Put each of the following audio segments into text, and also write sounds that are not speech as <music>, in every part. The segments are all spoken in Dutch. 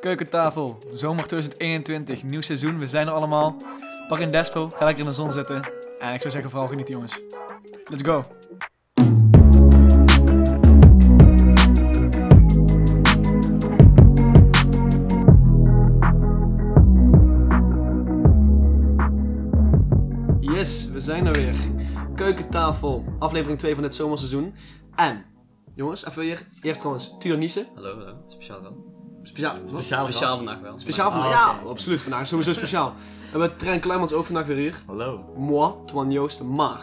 Keukentafel, zomer 2021, nieuw seizoen, we zijn er allemaal. Pak een despo, ga lekker in de zon zitten. En ik zou zeggen, vooral genieten jongens. Let's go. Yes, we zijn er weer. Keukentafel, aflevering 2 van dit zomerseizoen. En, jongens, even weer. Eerst trouwens, Tuur Niesen. Hallo, hallo. Speciaal dan. Speciaal. wat? Speciaal, vandaag wel. Speciaal vandaag. ja, absoluut vandaag. is Sowieso speciaal. en we Trent Kluimans ook vandaag weer hier. Hallo. Moi, Twan Joost, maar.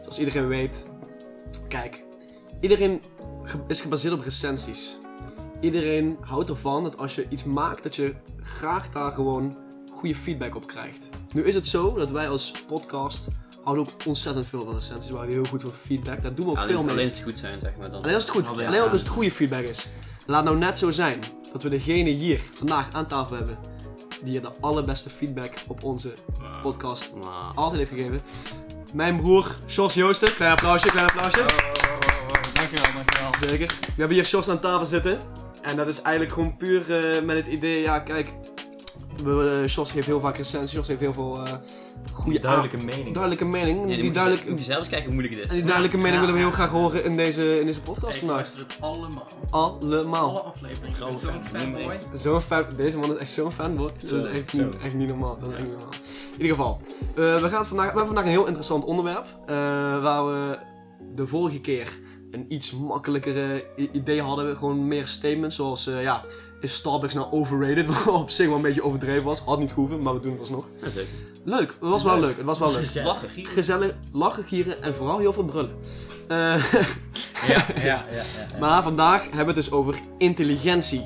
Zoals iedereen weet. Kijk, iedereen ge- is gebaseerd op recensies. Iedereen houdt ervan dat als je iets maakt, dat je graag daar gewoon goede feedback op krijgt. Nu is het zo dat wij als podcast houden ook ontzettend veel van recensies. We houden heel goed van feedback. Daar doen we ook Alleen, veel mee. alleen als het goed zijn, zeg maar dan. Alleen als het goed, alleen, Alleen ook aan. als het goede feedback is. Laat nou net zo zijn dat we degene hier vandaag aan tafel hebben die je de allerbeste feedback op onze podcast Maar... altijd heeft gegeven. Mijn broer, Sjors Joosten. Klein applausje, klein applausje. Dankjewel, dankjewel. Zeker. We hebben hier Sjors aan tafel zitten. En dat is eigenlijk gewoon puur eh, met het idee, ja kijk, we, eh, Sjors heeft heel vaak recensies, Sjors heeft heel veel eh goede duidelijke aan- mening. duidelijke mening. Ja, die duidelijk, moet je zelf kijken hoe moeilijk het en is. die duidelijke mening willen we heel graag horen in deze, in deze podcast Ik vandaag. Oh. luister het allemaal. Allemaal. Alle afleveringen. Ik ben Grote zo'n fan, noem fanboy. ik. Zo'n fan, deze man is echt zo'n fanboy. Dat is Zo, echt, zo. niet, echt niet normaal. Dat is echt niet normaal. In ieder geval, eh, we, gaan het vandaag, we hebben vandaag een heel interessant onderwerp. eh, waar we de vorige keer een iets makkelijkere i- idee hadden. Gewoon meer statements zoals, eh, ja, is Starbucks nou overrated? <laughs> Wat op zich wel een beetje overdreven was. Had niet hoeven, maar we doen het alsnog. Ja, zeker. Leuk, het was wel leuk. Het was wel leuk. Lachen, gieren. <laughs> Gezellig, lachen, gieren en vooral heel veel brullen. Eh, <laughs> Ja, ja, ja. ja. maar vandaag hebben we het dus over intelligentie.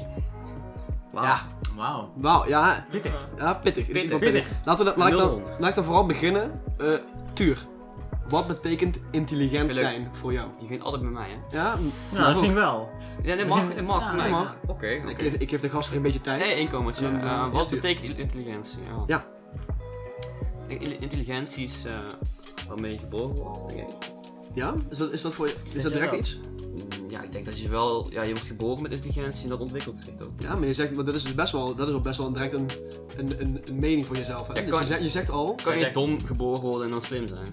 Ja. Wauw. Wauw, ja, Pittig. Ja, pittig. Het is in ieder geval Pittig. pittig. Laten we dat, laat, ik dan, Nul. laat ik dan vooral beginnen. Eh, Tuur, wat betekent intelligent Leuk. zijn voor jou? Je begint altijd bij mij, hè? Ja, Nou, dat vind ik wel. Ja, nee, mag. Nee, mag. Ja, maar dat ik- mag. Oké. oké. ik, geef, ik geef de gast weer een beetje tijd. Nee, inkomertje. En dan, eh, Eh, eerst wat u. betekent intelligentie? Ja. Ja. Ik- in- Intelligentie is eh, waarmee je geboren wordt, denk ik. Ja? Is dat, is dat, voor je, is dat jij direct wel. iets? Mm, Ja, ik denk dat je wel... Ja, je wordt geboren met intelligentie en dat ontwikkelt zich dan. Ja, maar je zegt, want dat is dus best wel, dat is wel best wel direct een, een, een, een mening voor jezelf. Hè? Ja, dus kan- je zegt, je zegt al, Kan je zeggen- dom geboren worden en dan slim zijn?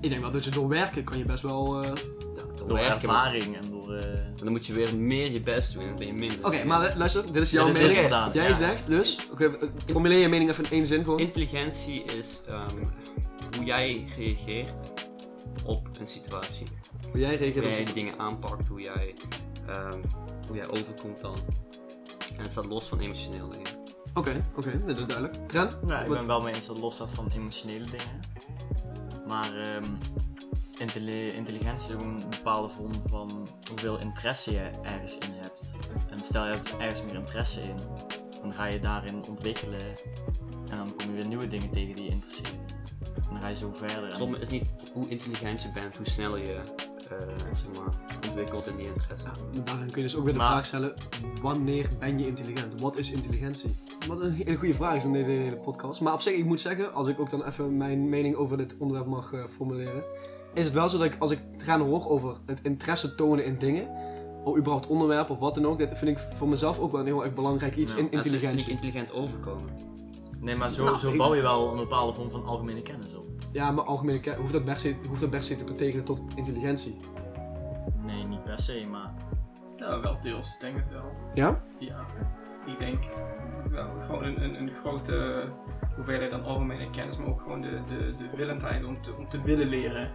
ik denk wel dat je door werken kan je best wel... eh, Door Door werken, maar- ervaring en door... eh, En dan moet je weer meer je best doen en dan ben je minder. Oké, maar eh, luister, dit is jouw dit is mening. gedaan, Jij ja. zegt dus, oké, eh, formuleer je mening even in één zin gewoon. Intelligentie is ehm, hoe jij reageert op een situatie. Hoe jij Hoe reageert op jij het- dingen aanpakt, hoe jij, ehm, hoe jij overkomt dan. En het staat los van emotioneel dingen. Oké, oké, dat is duidelijk. Tren? nou, ik Wat- ben wel mee eens dat het los staat van emotionele dingen. Maar ehm, intelli- intelligentie is ook een bepaalde vorm van hoeveel interesse je ergens in hebt. En stel je hebt ergens meer interesse in, dan ga je daarin ontwikkelen. En dan kom je weer nieuwe dingen tegen die je interesseren. En dan ga je zo verder. Klopt, En, het is niet hoe intelligent je bent, hoe sneller je eh, zeg maar, ontwikkelt in die interesse. Ja, Daarin kun je dus ook weer de Maar- vraag stellen: wanneer ben je intelligent? Wat is intelligentie? Wat een hele goede vraag is in deze hele podcast. Maar op zich, ik moet zeggen, als ik ook dan even mijn mening over dit onderwerp mag eh, formuleren, is het wel zo dat ik, als ik gaan hoor over het interesse tonen in dingen, of überhaupt onderwerpen of wat dan ook, dat vind ik voor mezelf ook wel een heel erg belangrijk iets Ja, in Dat vind ik intelligentie. intelligent overkomen. nee, maar zo, Nou, zo ik- bouw je wel een bepaalde vorm van algemene kennis op. Ja, maar algemeen ke- hoeft dat per se, hoeft dat per se te betekenen tot intelligentie. Nee, niet per se, maar Nou, wel deels. Ik denk het wel. Ja? Ja. Ik denk wel gewoon een, een, een grote hoeveelheid aan algemene kennis, maar ook gewoon de, de, de willendheid om te, om te willen leren.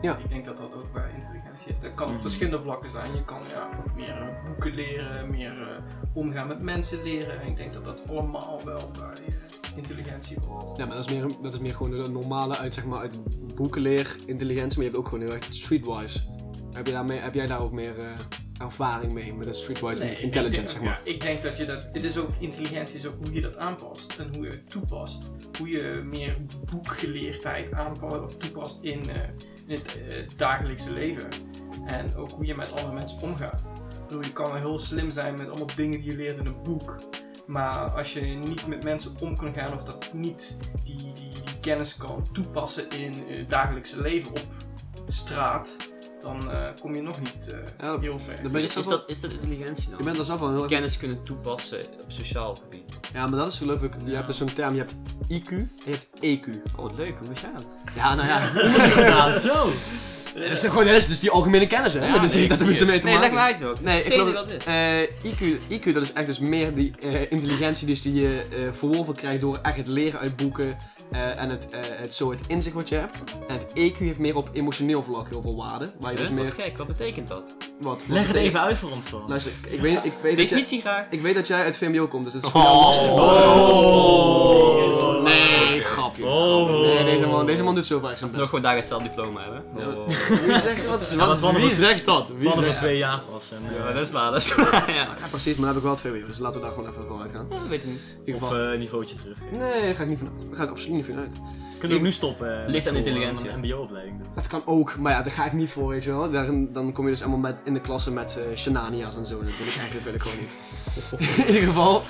Ja. Ik denk dat dat ook bij intelligentie is. Dat kan op Mhm. verschillende vlakken zijn. Je kan ja, meer eh, boeken leren, meer eh, omgaan met mensen leren. En ik denk dat dat allemaal wel bij eh, intelligentie hoort. Ja, maar dat is meer, dat is meer gewoon een normale uit, zeg maar, uit boekenleer, intelligentie, maar je hebt ook gewoon heel erg streetwise. Heb, je daarmee, heb jij daar ook meer eh, ervaring mee, met dat streetwise Nee, ik denk- intelligence, zeg maar? ja, ik denk dat je dat, het is ook, intelligentie is ook hoe je dat aanpast en hoe je het toepast. Hoe je meer boekgeleerdheid aanpast of toepast in, eh, in het eh, dagelijkse leven. En ook hoe je met andere mensen omgaat. Ik bedoel, je kan wel heel slim zijn met allemaal dingen die je leert in een boek. Maar als je niet met mensen om kan gaan of dat niet die, die, die kennis kan toepassen in eh, het dagelijkse leven op straat, dan eh, kom je nog niet eh, Ja, heel ver. Dan ben je, is, zelf is, wel- dat, is dat intelligentie dan? je bent er zelf wel heel erg... Kennis kunnen toepassen op sociaal gebied. Ja, maar dat is geloof ik... Je hebt dus zo'n term, je hebt IQ en je hebt E EQ. Oh, wat leuk, hoe is dat? Ja, nou ja. <laughs> ja zo. Dat is, gewoon, dat is dus die algemene kennis, hè? Ja, dat is nee, dat er mee te Nee, leg maken. maar uit ook. Nee, ik Geen geloof idee dat wat het eh, IQ, IQ, dat is echt dus meer die eh, intelligentie dus die je eh verworven krijgt door echt het leren uit boeken eh, en het, eh, het, zo het inzicht wat je hebt. En het EQ heeft meer op emotioneel vlak heel veel waarde. Waar je dus is. Huh? Wat meer... gek, wat betekent dat? Wat, wat Leg het betekent- even uit voor ons dan. Luister, ik- ik weet, ik weet, dat, Weet je jij, niet, zie graag. ik weet dat jij uit VMBO komt, dus het is voor jou lastig. Oh. Nee, grapje. Oh. grapje. Nee, deze man, deze man doet zo vaak zijn Nog best. gewoon daar hetzelfde diploma hebben. Ja. Oh. Wie zegt dat? Ja, Wat, dat mannen wie met- zegt dat? Wie Plannen zegt- voor twee jaar was. En, eh, Ja, dat is waar, dat is waar. Ja, Ja, precies, maar dan heb ik wel het VMBO, dus laten we daar gewoon even vanuit gaan. Ja, weet ik niet. In ieder of geval- eh niveautje terug. Nee, daar ga ik niet vanuit. Daar ga ik absoluut niet vanuit. Kunnen we ook nu stoppen? eh, Ligt met aan school, intelligentie, eh, Een mbo-opleiding doen. Dat kan ook, maar ja, daar ga ik niet voor, weet je wel. Daar, dan kom je dus allemaal met, in de klasse met eh shenania's en zo. Dat wil ik eigenlijk dat wil ik gewoon niet. <laughs> in ieder geval,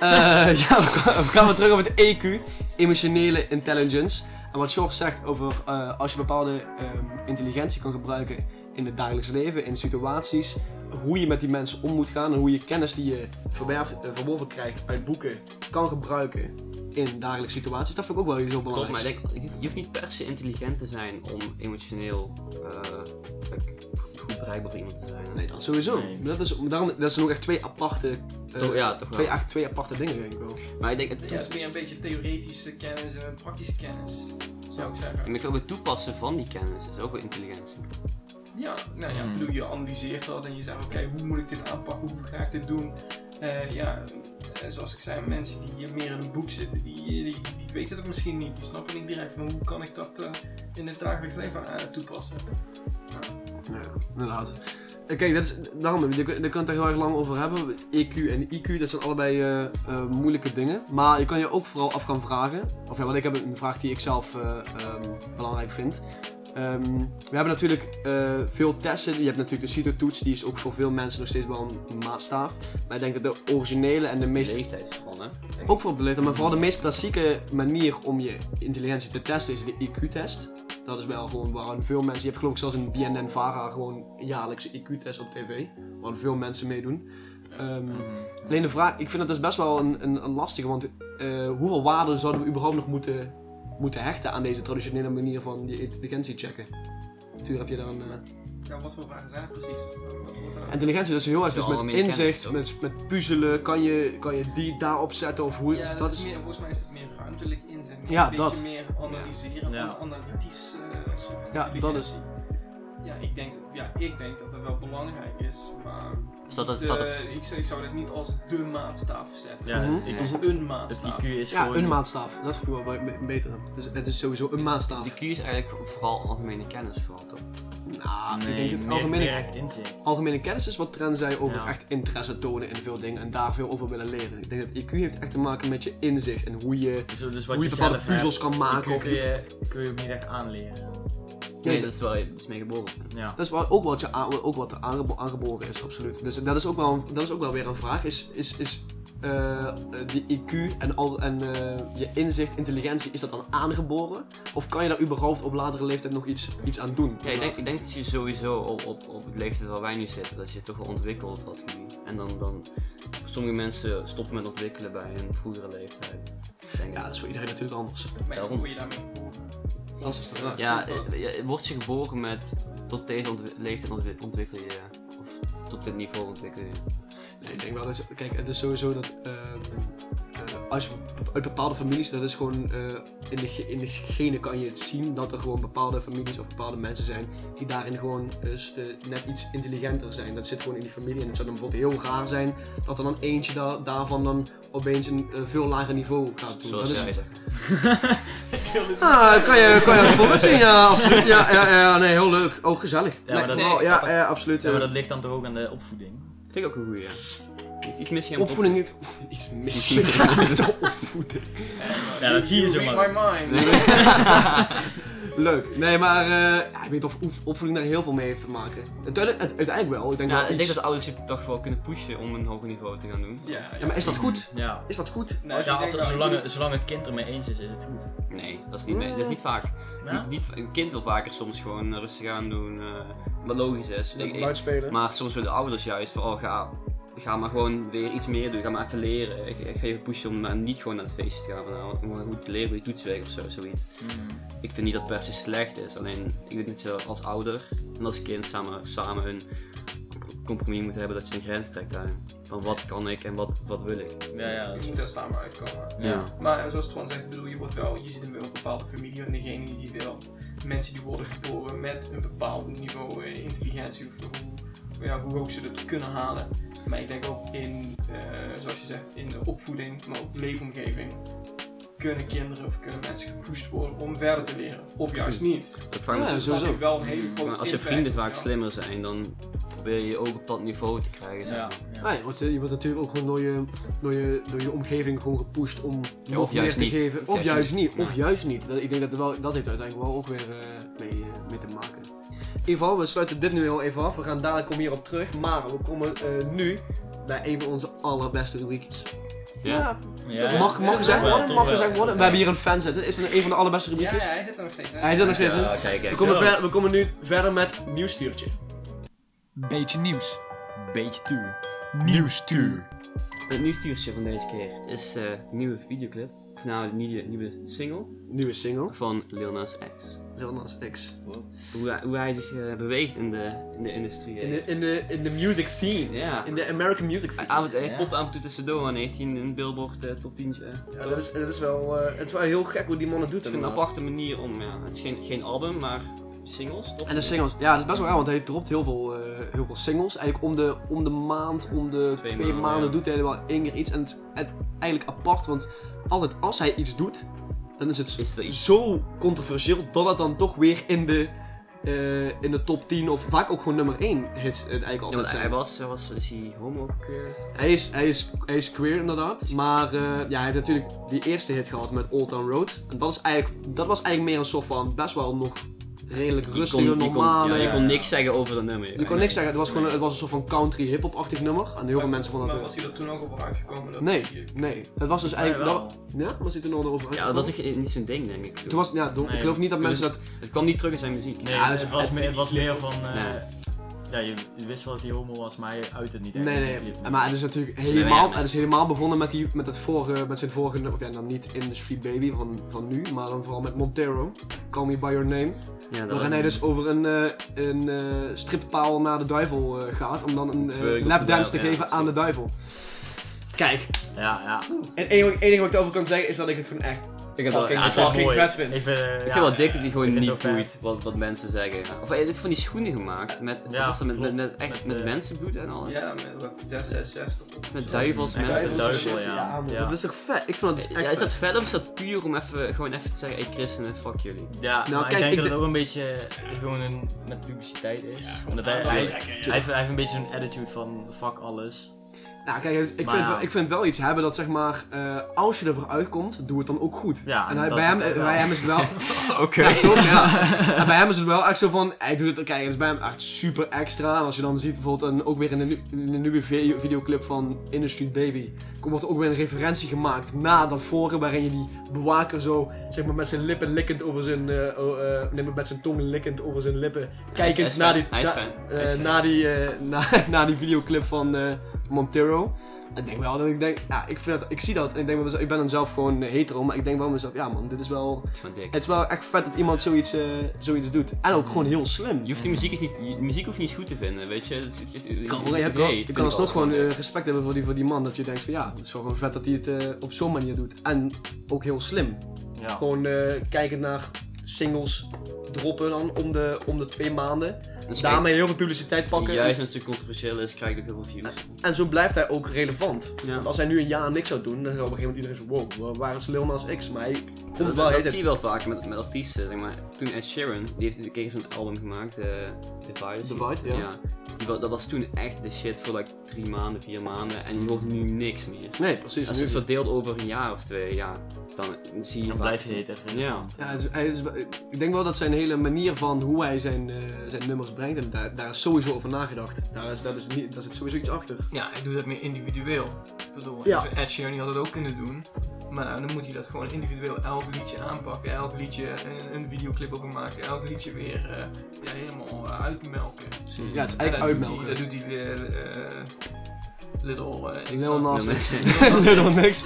eh, ja, we gaan- we gaan weer terug op het EQ, emotionele intelligence. En wat George zegt over eh, als je bepaalde ehm, intelligentie kan gebruiken in het dagelijks leven, in situaties, hoe je met die mensen om moet gaan en hoe je kennis die je verwerft, eh, verworven krijgt uit boeken kan gebruiken in dagelijkse situaties. Dat vind ik ook wel heel belangrijk. Klopt, maar ik denk, je hoeft niet per se intelligent te zijn om emotioneel eh, goed bereikbaar voor iemand te zijn. Nee, dat sowieso. Nee. Dat, is, daarom, dat zijn ook echt twee aparte, eh, Toch- Oh, ja, toch wel. twee, echt twee aparte dingen, denk ik wel. Maar ik denk, het Ja, toets- het is meer een beetje theoretische kennis en praktische kennis, zou ik en zeggen. ik ook het toepassen van die kennis is ook wel intelligentie. Ja, nou ja, ik Hmm. bedoel, je analyseert dat en je zegt, oké, hoe moet ik dit aanpakken, hoe ga ik dit doen? Eh, ja, eh, zoals ik zei, mensen die hier meer in een boek zitten, die, die, die weten dat misschien niet. Die snappen niet direct van, hoe kan ik dat eh, in het dagelijks leven eh, toepassen? Ja, inderdaad. Eh, Kijk, dat is, daarom, je, kun- je kan het er heel erg lang over hebben. EQ en IQ, dat zijn allebei eh, eh, moeilijke dingen. Maar je kan je ook vooral af gaan vragen. Of ja, want ik heb een vraag die ik zelf eh, ehm, belangrijk vind. Ehm, we hebben natuurlijk eh, veel testen. Je hebt natuurlijk de CITO-toets, die is ook voor veel mensen nog steeds wel een maatstaaf. Maar ik denk dat de originele en de De meest leeftijd van, hè? Ook voor op de leeftijd, maar vooral de meest klassieke manier om je intelligentie te testen is de IQ-test. Dat is wel gewoon waar veel mensen. Je hebt geloof ik zelfs in BNN Vara gewoon een jaarlijkse IQ-test op tv. Waar veel mensen meedoen. Ehm, alleen de vraag, ik vind het dus best wel een, een, een lastige, want eh, hoeveel waarde zouden we überhaupt nog moeten, moeten hechten aan deze traditionele manier van je intelligentie checken? Tuur, heb je daar een. eh, Ja, wat voor vragen zijn het precies? Wat wordt er- intelligentie, dat is heel erg Zo dus met algemene kennis, inzicht, toch? met, met puzzelen. Kan je, kan je die daarop zetten of hoe. Ja, dat, is meer, volgens mij is het meer ruimtelijk inzicht. Meer Ja, een beetje dat. meer analyseren, Ja. an- analytisch eh soort van Ja, dat intelligentie. Ja, ik denk, ja, ik denk dat dat wel belangrijk is, maar Dus Is dat, dat, niet, is dat eh, het- ik, zou- ik zou dat niet als de maatstaaf zetten. Ja, Mhm. het IQ Als is- een het maatstaaf. IQ is Ja, gewoon... een maatstaf. Dat vind ik wel be- be- beter. Het is, het is sowieso een maatstaf. de Q is eigenlijk vooral algemene kennis, vooral toch? Nou, ik denk Ah, Nee, dat meer, algemene, meer echt inzicht. algemene kennis is wat Tren zei over Ja. echt interesse tonen in veel dingen en daar veel over willen leren. Ik denk dat IQ heeft echt te maken met je inzicht en hoe je, Dus, dus wat hoe je je bepaalde zelf puzzels kan maken. hebt, Of, kun je, kun je ook niet echt aanleren. Nee, Nee, dat is wel, dat is mee geboren. Ja. dat is wel, ook wat, je aan- ook wat er aangebo- aangeboren is, absoluut. Dus dat is ook wel, dat is ook wel weer een vraag. Is, is, is eh, die IQ en, al, en eh, je inzicht, intelligentie, is dat dan aangeboren? Of kan je daar überhaupt op latere leeftijd nog iets, iets aan doen? Ja, ik denk, ik denk dat je sowieso op, op, op het leeftijd waar wij nu zitten, dat je toch wel ontwikkelt op dat gebied. En dan, dan sommige mensen stoppen met ontwikkelen bij hun vroegere leeftijd. Denk Ja, ja, dat is voor iedereen natuurlijk anders. Maar ja, Daarom. hoe je daarmee geboren? Dat is dus de vraag. ja, eh, ja, word je geboren met tot deze ontwi- leeftijd ontwi- ontwikkel je, of tot dit niveau ontwikkel je. Nee, ik denk wel dat. Kijk, het is sowieso dat. ehm, eh, als je uit bepaalde families, dat is gewoon. eh, in, de, ge- in de genen kan je het zien dat er gewoon bepaalde families of bepaalde mensen zijn. die daarin gewoon eh, s- eh, net iets intelligenter zijn. Dat zit gewoon in die familie. En het zou dan bijvoorbeeld heel raar zijn dat er dan eentje da- daarvan dan opeens een eh, veel lager niveau gaat doen. Zoals dat jij is. zegt. Ah, kan je, kan je het voorbeeld zien? Ja, absoluut. Ja, ja, ja, nee, heel leuk. Ook gezellig. maar Lekker dat- verhaal. ja, ja, absoluut. Ja, maar eh. dat ligt dan toch ook aan de opvoeding. Vind ik ook een goeie. Er Is iets mis in je Opvoeding heeft <laughs> iets <laughs> misgegaan met de opvoeding. Ja, dat zie je Eh, You zomaar. read my mind. <laughs> Leuk. Nee, maar eh, ja, ik weet niet of oef- opvoeding daar heel veel mee heeft te maken. Uiteindelijk, het- uiteindelijk wel. Ik denk Ja, wel ik denk iets. dat de ouders je toch wel kunnen pushen om een hoger niveau te gaan doen. Ja, ja. Ja, maar is dat goed? Ja. Is dat goed? Nou, als je Ja, als, denkt aan- zolang, het- zolang het kind ermee eens is, is het goed. Mm. Nee, dat is niet, mee- dat is niet vaak. Ja? Niet, niet- een kind wil vaker soms gewoon eh, rustig aan doen. eh, Wat logisch is. Ik- ik- Luid spelen. maar soms willen de ouders juist van, oh, ga, ga maar gewoon weer iets meer doen. Ga maar even leren. Ik, ik ga even pushen om maar niet gewoon naar het feestje te gaan. Maar nou, om goed te leren hoe je toetswerk of zo, zoiets. Mm. Ik vind niet dat het per se slecht is. Alleen, ik denk dat je als ouder en als kind samen, samen een compromis moet hebben dat je een grens trekt daarin. Van wat kan ik en wat, wat wil ik. Ja, ja. dat Je is- moet daar samen uitkomen. ja. Maar eh, zoals Twan zegt, ik bedoel, je, wordt wel, je zit in wel een bepaalde familie en degene die wel mensen die worden geboren met een bepaald niveau eh, intelligentie of hoe, ja, hoe hoog ze dat kunnen halen. Maar ik denk ook in, eh, zoals je zegt, in de opvoeding, maar ook leefomgeving, kunnen kinderen of kunnen mensen gepusht worden om verder te leren. Of juist niet. Dat vangt Ja, dus- zo- Sowieso. Mm. Dat heeft wel een hele Maar grote maar als je impact, vrienden vaak ja. slimmer zijn, dan probeer je je ook op dat niveau te krijgen. Zeg Ja, maar. ja. Ah, je, wordt, je wordt natuurlijk ook gewoon door je, door je, door je omgeving gewoon gepusht om Ja, nog of meer juist te niet. geven. Of, Of juist juist niet. niet. Of Ja. juist niet. Dat, ik denk dat er wel, dat heeft uiteindelijk wel ook weer eh, mee, eh, mee te maken. In ieder geval, we sluiten dit nu heel even af. We gaan dadelijk komen hierop terug. Maar we komen eh, nu bij een van onze allerbeste rubriekjes. Ja. Ja, ja. mag, mag gezegd Toch wel, worden? toch Mag wel. gezegd worden? We hebben hier een fan zitten. Is het een van de allerbeste Ja, rubriekjes? ja, hij zit er nog steeds. hè? Hij zit er nog steeds in. Ja, kijk, We kijk. komen, ver- we komen nu verder met nieuwstuurtje. Beetje nieuws. Beetje tuur. Nieuwstuur. Het nieuwstuurtje van deze keer is eh, een nieuwe videoclip. Of nou, een nieuwe, nieuwe single Nieuwe single. van Lil Nas X. Lil Nas X. Hoe hij, hoe hij zich eh, beweegt in de, in de industrie. In de, in, de, in de music scene. Ja. In de American music Hij scene. af- hij Ja. popt af en toe tussendoor en heeft hij een, een billboard eh, top 10. eh. Het Ja, dat is, dat is wel, eh, het is wel heel gek hoe die man het doet. is een inderdaad. aparte manier om, ja. Het is geen, geen album, maar singles, toch? En de singles, ja, dat is best wel raar, want hij dropt heel veel, eh, heel veel singles. Eigenlijk om de, om de maand, om de twee, Twee maanden, maanden, ja. doet hij er wel één keer iets. En het is het- eigenlijk apart, want altijd als hij iets doet, dan is het Is er wel iets? zo controversieel dat het dan toch weer in de, eh, in de top 10 of vaak ook gewoon nummer 1 hits het eigenlijk Ja, altijd want hij zijn. was, hij was, is hij homo eh, ook weer? Hij is, hij, is, hij is queer inderdaad, maar eh, ja, hij heeft natuurlijk die eerste hit gehad met Old Town Road. En dat, is eigenlijk, dat was eigenlijk meer een soort van best wel nog redelijk Je rustige, kon- je kon- normale... ja, je kon niks zeggen over dat nummer. Je kon niks zeggen, het was, gewoon, het was een soort van country hip-hop-achtig nummer. En heel veel mensen vonden Maar dat. was hij er toen ook op uitgekomen? dat hij- Nee, nee. Het was dus eigenlijk. wel. dat- ja, was hij toen al over Ja, dat was echt niet zijn ding, denk ik. Toen was, ja, dom- Nee. ik geloof niet dat mensen dat. Het kwam niet terug in zijn muziek. Nee, Ja, dus het, dat is- was meer, het was meer van. eh, Nee. Ja, je, je wist wel dat hij homo was, maar hij uitte het niet. echt Nee, in zijn nee. clip. Maar het is natuurlijk nee, helemaal, nee. het is helemaal begonnen met, die, met, het vorige, met zijn vorige. nummer- Of ja, dan niet Industry Baby van, van nu, maar dan vooral met Montero. Call Me By Your Name. Ja, Waarin hij dus over een, eh, een eh, strippaal naar de duivel eh, gaat. Om dan een Twerk op eh de lapdance te duivel, ja, geven aan de duivel. Kijk, Ja, ja. het enige, het enige wat ik erover kan zeggen is dat ik het gewoon echt Ik heb wel- fucking, ja, het is wel fucking mooi. vet vind. Ik vind, eh, Ik ja, vind wel dik dat hij ik gewoon vind niet het wel vet. boeit wat, wat mensen zeggen. Of hij heeft van die schoenen gemaakt. Met, Ja, wat was dat, met, met, klopt. met, echt, Met, met eh, mensenbloed en al. Ja, met wat 666 erop. Met duivels, Echt mensen. een duivel, ja. man, Ja. Dat is toch vet? Ik vind dat echt Ja, is vet. dat vet of is dat puur om even, gewoon even te zeggen, hey christenen, fuck jullie. Ja, Nou, maar kijk, ik denk ik dat de- het ook een beetje eh, gewoon een, met publiciteit is. Omdat hij, aandacht hij, hij, trekken, ja. heeft, hij heeft een beetje zo'n attitude van fuck alles. Nou, kijk, het- ik Maar vind, ja. wel, ik vind wel iets hebben dat zeg maar, eh, als je ervoor uitkomt, doe het dan ook goed. Ja, en hij, dat bij, hem, doet hij wel. bij hem is het wel. Oké. Ja, toch? Ja. En bij hem is het wel echt zo van. Hij doet het, kijk, het is bij hem echt super extra. En als je dan ziet bijvoorbeeld een, ook weer in de, nu- in de nieuwe video- videoclip van Industry Baby. Wordt er ook weer een referentie gemaakt na dat vorige waarin je die bewaker zo zeg maar, met zijn lippen likkend over zijn. eh, oh, eh, nee, maar met zijn tong likkend over zijn lippen. Hij Kijkend is naar fan. die. Hij is na- fan. eh, Hij is fan. na, die, eh, na, <laughs> na die videoclip van eh, Montero. Ik denk wel dat ik denk, ja, ik, vind dat, ik zie dat en ik denk bij mezelf, ik ben dan zelf gewoon hetero, maar ik denk wel bij mezelf, ja man, dit is wel, Van dik. het is wel echt vet dat iemand zoiets, eh, zoiets doet. En ook gewoon heel slim. Je hoeft die muziek, is niet, je- muziek hoeft niet goed te vinden, weet je. Het, is- het, is- Je het kan, idee je hebt wel- je vind ik kan alsnog wel. gewoon eh, respect hebben voor die, voor die man. Dat je denkt van ja, het is wel gewoon vet dat hij het eh, op zo'n manier doet. En ook heel slim. Ja. Gewoon eh, kijken naar singles droppen dan om de, om de twee maanden. Dus kijk, Daarmee heel veel publiciteit pakken. Juist als het controversieel is, krijg ik ook heel veel views. En zo blijft hij ook relevant. Ja. Want als hij nu een jaar niks zou doen, dan zou op een gegeven moment iedereen zo wow, waar- waar is Lil Nas X? Maar hij komt Dat, wel dat hij zie je heeft- wel vaak met, met artiesten, zeg maar. Toen Ed Sheeran, die heeft een keer zo'n album gemaakt, eh Divide. Divide, ja. Die wa- Dat was toen echt de shit voor like drie maanden, vier maanden. En je hoort nu niks meer. Nee, precies. Als Dus nu- het verdeeld over een jaar of twee, ja, dan zie je Dan vaak- blijf je het even. Ja. Ja, het is- hij is, ik denk wel dat zijn hele manier van hoe hij zijn, eh, zijn nummers brengt, en daar, daar is sowieso over nagedacht. Daar, is, dat is niet, daar zit sowieso iets achter. Ja, hij doet dat meer individueel. bedoel, Ja. dus Ed Sheeran die had dat ook kunnen doen. Maar dan moet hij dat gewoon individueel elk liedje aanpakken, elk liedje een, een videoclip over maken, elk liedje weer eh, ja, helemaal eh, uitmelken. Ja, het is En dat eigenlijk Doet hij, uitmelken. dat doet hij weer, eh, Little... eh, ik Lil snap- Nas Nas. X. <laughs> Little niks.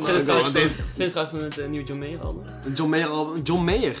Vind Nas. Ook wel, want deze- je het trouwens van het eh, nieuwe John Mayer album? John Mayer album. John Mayer.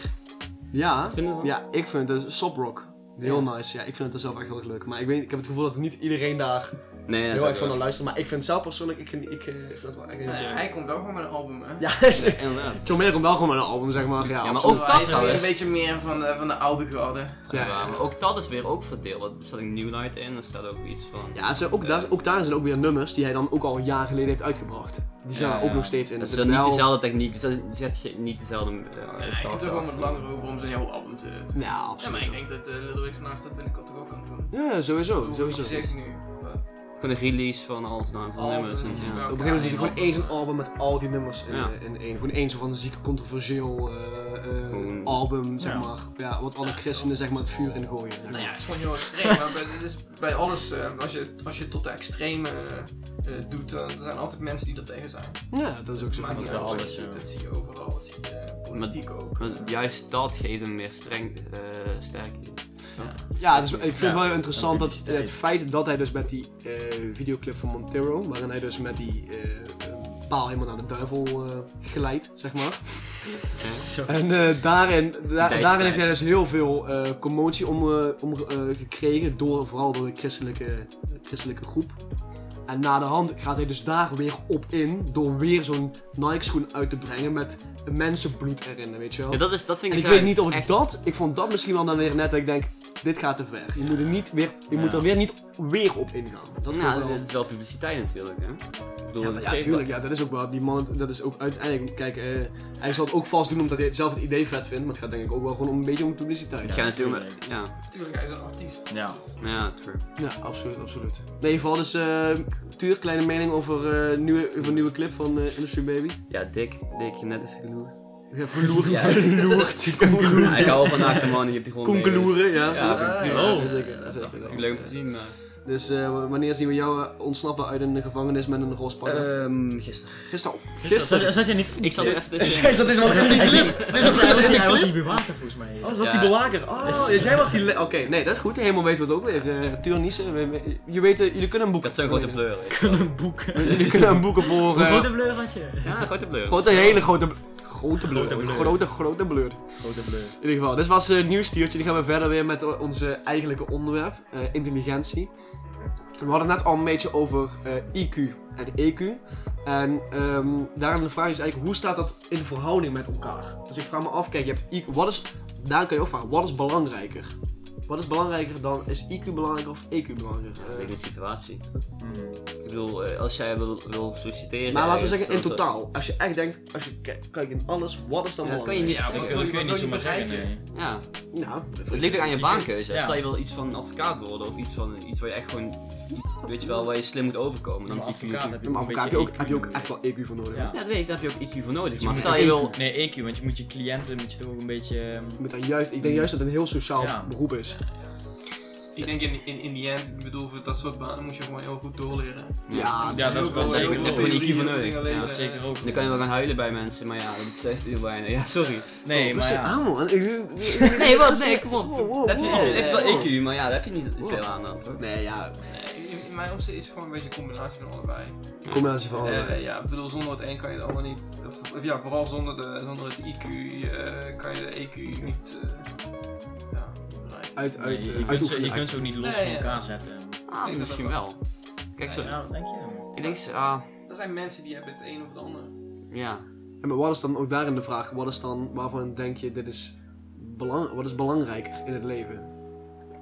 Ja. Vind je dat? Ja, ik vind het dus soprock. Heel nice. Ja, ik vind het er zelf echt heel erg leuk. Maar ik, weet, ik heb het gevoel dat niet iedereen daar Nee, dat heel erg van is ook aan wel. luistert. Maar ik vind het zelf persoonlijk, ik, geniet- ik, eh, vind het wel echt heel Nou ja, leuk. hij komt wel gewoon met een album, hè? Ja, <laughs> Inderdaad. John Mayer komt wel gewoon met een album, zeg maar. Ja, Ja, maar absoluut. ook Hij dat is weer trouwens. een beetje meer van de, van de oude garde. Dat is Ja. waar, maar ook dat is weer ook verdeeld. Want er staat een New Light in, er staat ook iets van. Ja, het zijn ook, daar, ook daar zijn ook weer nummers die hij dan ook al een jaar geleden heeft uitgebracht. Die zijn Ja, er ook ja. nog steeds in. dat is Dus dan niet wel- dezelfde techniek, dus dat zet je niet dezelfde. eh, Nee, ik heb taal er gewoon wat achter. langer over om zijn jouw album te, te Ja, Ja, maar ik absoluut. denk dat eh, Little X naast dat binnenkort toch ook kan doen. Ja, sowieso, sowieso. Je zegt nu. wat? Gewoon een release van alles dan, van Alles nummers. en En, liedjes bij ja. elkaar. Op een gegeven moment doet hij gewoon eens een album met al die nummers in, eh, Ja. in één. Gewoon één soort van zieke controversieel eh, eh, Gewoon- album, zeg Ja. maar. Ja, wat alle christenen zeg maar het vuur in gooien. Nou ja, het is gewoon heel extreem. maar bij, het is bij alles, eh, als, je, als je het tot de extreme eh, eh, doet, dan er zijn altijd mensen die dat tegen zijn. Ja, dat is ook zo. Maakt niet bij uit wat alles, je doet, ja. Dat zie je overal, dat zie je eh, politiek ook. Want juist dat geeft hem meer streng, eh sterk. Ja, dus ik vind het wel heel Ja, interessant dat publiciteit. het feit dat hij dus met die eh, videoclip van Montero, waarin hij dus met die eh, paal helemaal naar de duivel eh, glijdt, zeg maar. <laughs> Zo. En eh, daarin, da- tijd. daarin heeft hij dus heel veel eh, commotie om, eh, om eh, gekregen, door, vooral door de christelijke, christelijke groep. En na de hand gaat hij dus daar weer op in, door weer zo'n Nike-schoen uit te brengen met mensenbloed erin, weet je wel. Ja, dat, is, dat vind En ik ik weet niet of juist ik echt- dat, ik vond dat misschien wel dan weer net dat ik denk, dit gaat te ver. Je moet er niet weer, je Ja. moet er weer niet weer op ingaan. Dat vond ik Nou, wel- dat is wel publiciteit natuurlijk, hè? Ik bedoel, ja, maar ja, het geeft tuurlijk, ja, dat is ook wel, die man, dat is ook uiteindelijk, kijk, eh, hij zal het ook vast doen omdat hij zelf het idee vet vindt, maar het gaat denk ik ook wel gewoon om een beetje om publiciteit. Het Ja, gaat natuurlijk. Ja, Natuurlijk, hij is een artiest. Ja. ja, true. absoluut, absoluut. In ieder geval, dus eh, Tuur, kleine mening over eh, nieuwe, over een nieuwe clip van eh, Industry Baby. Ja, dik, dik, net even genoeg. <laughs> Ja, verloerd, Ja. verloerd, konkeloeren. Ja, Nou, ik hou van naakte mannen, je hebt die gewoon. dus- Konkeloeren, ja. Ja, vind ik prima. Oh, zeker, dat zeker. Vind ik leuk om te zien, maar. Dus eh, wanneer zien we jou eh, ontsnappen uit een gevangenis met een roze pak? Ehm, gisteren. Eh, Gisteren. Zat, zat je niet... Ik zat er even tussen. Jezus, dat is wel een Hij clip. zat- hij was- hij was- hij was niet bewaker volgens mij. Oh, dat was Ja. die belager. Oh, dus jij was die... le- Oké, nee, dat is goed. Helemaal weten we het ook weer. Eh Turnissen, we- we- je weet, eh, jullie kunnen een boek... Ik had zo'n grote bleur. weet je. Kunnen boeken. Jullie kunnen een boeken voor... Hoe eh, groot een blur had je? Ja, een grote bleur. grote, hele grote... Grote blur. Grote, Grote blur. grote, blur. Grote blur. In ieder geval, dit was het nieuwstuurtje. Dan gaan we verder weer met eh, onze eigenlijke onderwerp. eh, intelligentie. We hadden het net al een beetje over eh, IQ en EQ. En ehm, daarin de vraag is eigenlijk, hoe staat dat in verhouding met elkaar? Dus ik vraag me af, kijk, je hebt IQ, wat is, daar kan je ook vragen, wat is belangrijker? Wat is belangrijker dan, is IQ belangrijker of EQ belangrijker? Ja, dat Eh, ligt in de situatie. Ik bedoel, eh, als jij wil, wil solliciteren. Hmm. Eh, maar laten we ergens, zeggen, in dan- totaal, als je echt denkt, als je kijkt kijkt in alles, wat is dan Ja, dat kan je belangrijk? niet. Ja, zeggen. maar- Dat kun je niet zomaar zeggen, bereiken. nee. Ja, Nou, het ligt ook aan je baankeuze. Ja. Stel je wil iets van advocaat worden of iets van iets waar je echt gewoon, weet je wel, waar je slim moet overkomen. Dan Maar is IQ advocaat natuurlijk. heb je maar ook voor een elkaar heb je E beetje ook, heb je ook EQ echt wel EQ voor nodig. Ja. Ja, dat weet ik, daar heb je ook IQ voor nodig. Maar nodig. stel je wil. Nee, EQ, want je moet je cliënten moet je toch ook een beetje... ehm, Je moet daar juist, ik denk juist dat het een heel sociaal Ja. beroep is. Ik denk in, in, in die end, ik bedoel, voor dat soort banen moet je gewoon heel goed doorleren. Ja, Ja, dat is wel Heel veel- zeker. heel veel Daar heb je een IQ voor theorieën, nodig. dingen Ja, lezen Dat en- zeker ook. Dan kan je wel gaan huilen bij mensen, maar ja, dat zegt heel weinig. Ja, <laughs> sorry. Nee, maar Rustig ja. aan, man. Ik- Nee, wat? Nee, kom op. Wow, wow, Dat heb je, wow. dat heb je wel E IQ, maar ja, daar heb je niet veel aan dan. toch? Nee, ja, Nee, in, in mijn opzicht is het gewoon een beetje een combinatie van allebei. combinatie van allebei. Eh, ja, ik bedoel, zonder het een kan je het allemaal niet. of- of ja, vooral zonder, de, zonder het IQ eh, kan je de EQ niet. eh, ja, bereiken. uit, Nee, uit, eh, je, kunt ze, je uitoefenen. kunt ze ook niet los Nee, van ja. elkaar zetten. Ah, dat misschien dat wel. Kijk, zo. Ja, wat denk je? Ik denk, zo- ah, Er zijn mensen die hebben het een of het ander. ja. Ja, maar wat is dan ook daarin de vraag? Wat is dan waarvan denk je, dit is belang, wat is belangrijker in het leven?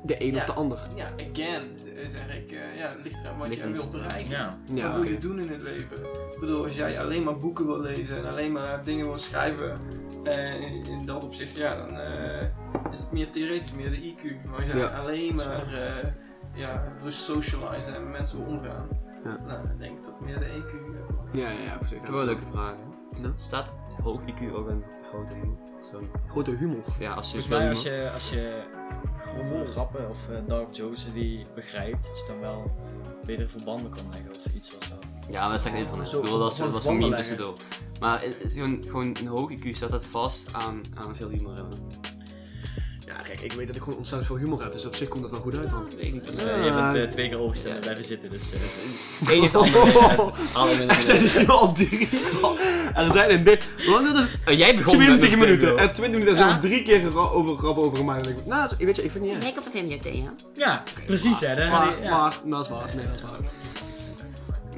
De een Ja. of de ander? Ja, again, z- zeg ik. eh, ja, het ligt eraan wat Ligt je aan- wilt bereiken. Ja. Ja, wat oké. wil je doen in het leven? Ik bedoel, als jij alleen maar boeken wil lezen en alleen maar dingen wil schrijven, eh, in, in dat opzicht, ja, dan eh, is het meer theoretisch, meer de IQ. Maar als jij Ja. alleen maar eh ja, wil socializen en met mensen wil omgaan, Ja. nou, dan denk ik dat meer de EQ. eh, Ja, ja, ja, precies. Ik heb wel een leuke vraag. hè. Nou? Staat hoog IQ ook een grote humor? Zo'n, Grote humor. ja, als je Volgens veel mij als humor- je, als je grove grappen of eh, dark jokes die begrijpt, is dan wel betere verbanden kan leggen of iets was dat. Ja, dat zegt internet. Zo, ik bedoel, dat is, gewoon dat is een meme wandelen. tussendoor. Maar het is gewoon, gewoon een hoog IQ staat dat vast aan, aan veel humor hebben. Ja, kijk, ik weet dat ik gewoon ontzettend veel humor heb, dus op zich komt dat wel goed uit dan. Ik weet niet. Dus, eh, je Ah. bent eh, twee keer oversteld blijven zitten, dus... eh, Eén heeft de ander. eh, <laughs> alle Er zijn minder- Oh. dus nu al drie. En er zijn in dit. Want dit is Eh, Jij begon 20 met- minuten. En 20 minuten zijn er drie keer gera- over grappen over gemaakt. En ik- Nou, dat is- weet je, ik vind het niet erg. Lekker vervelend, je thee, hè? ja, precies hè. dan- Maar, ja. maar, dat is waar. Nee, dat is waar.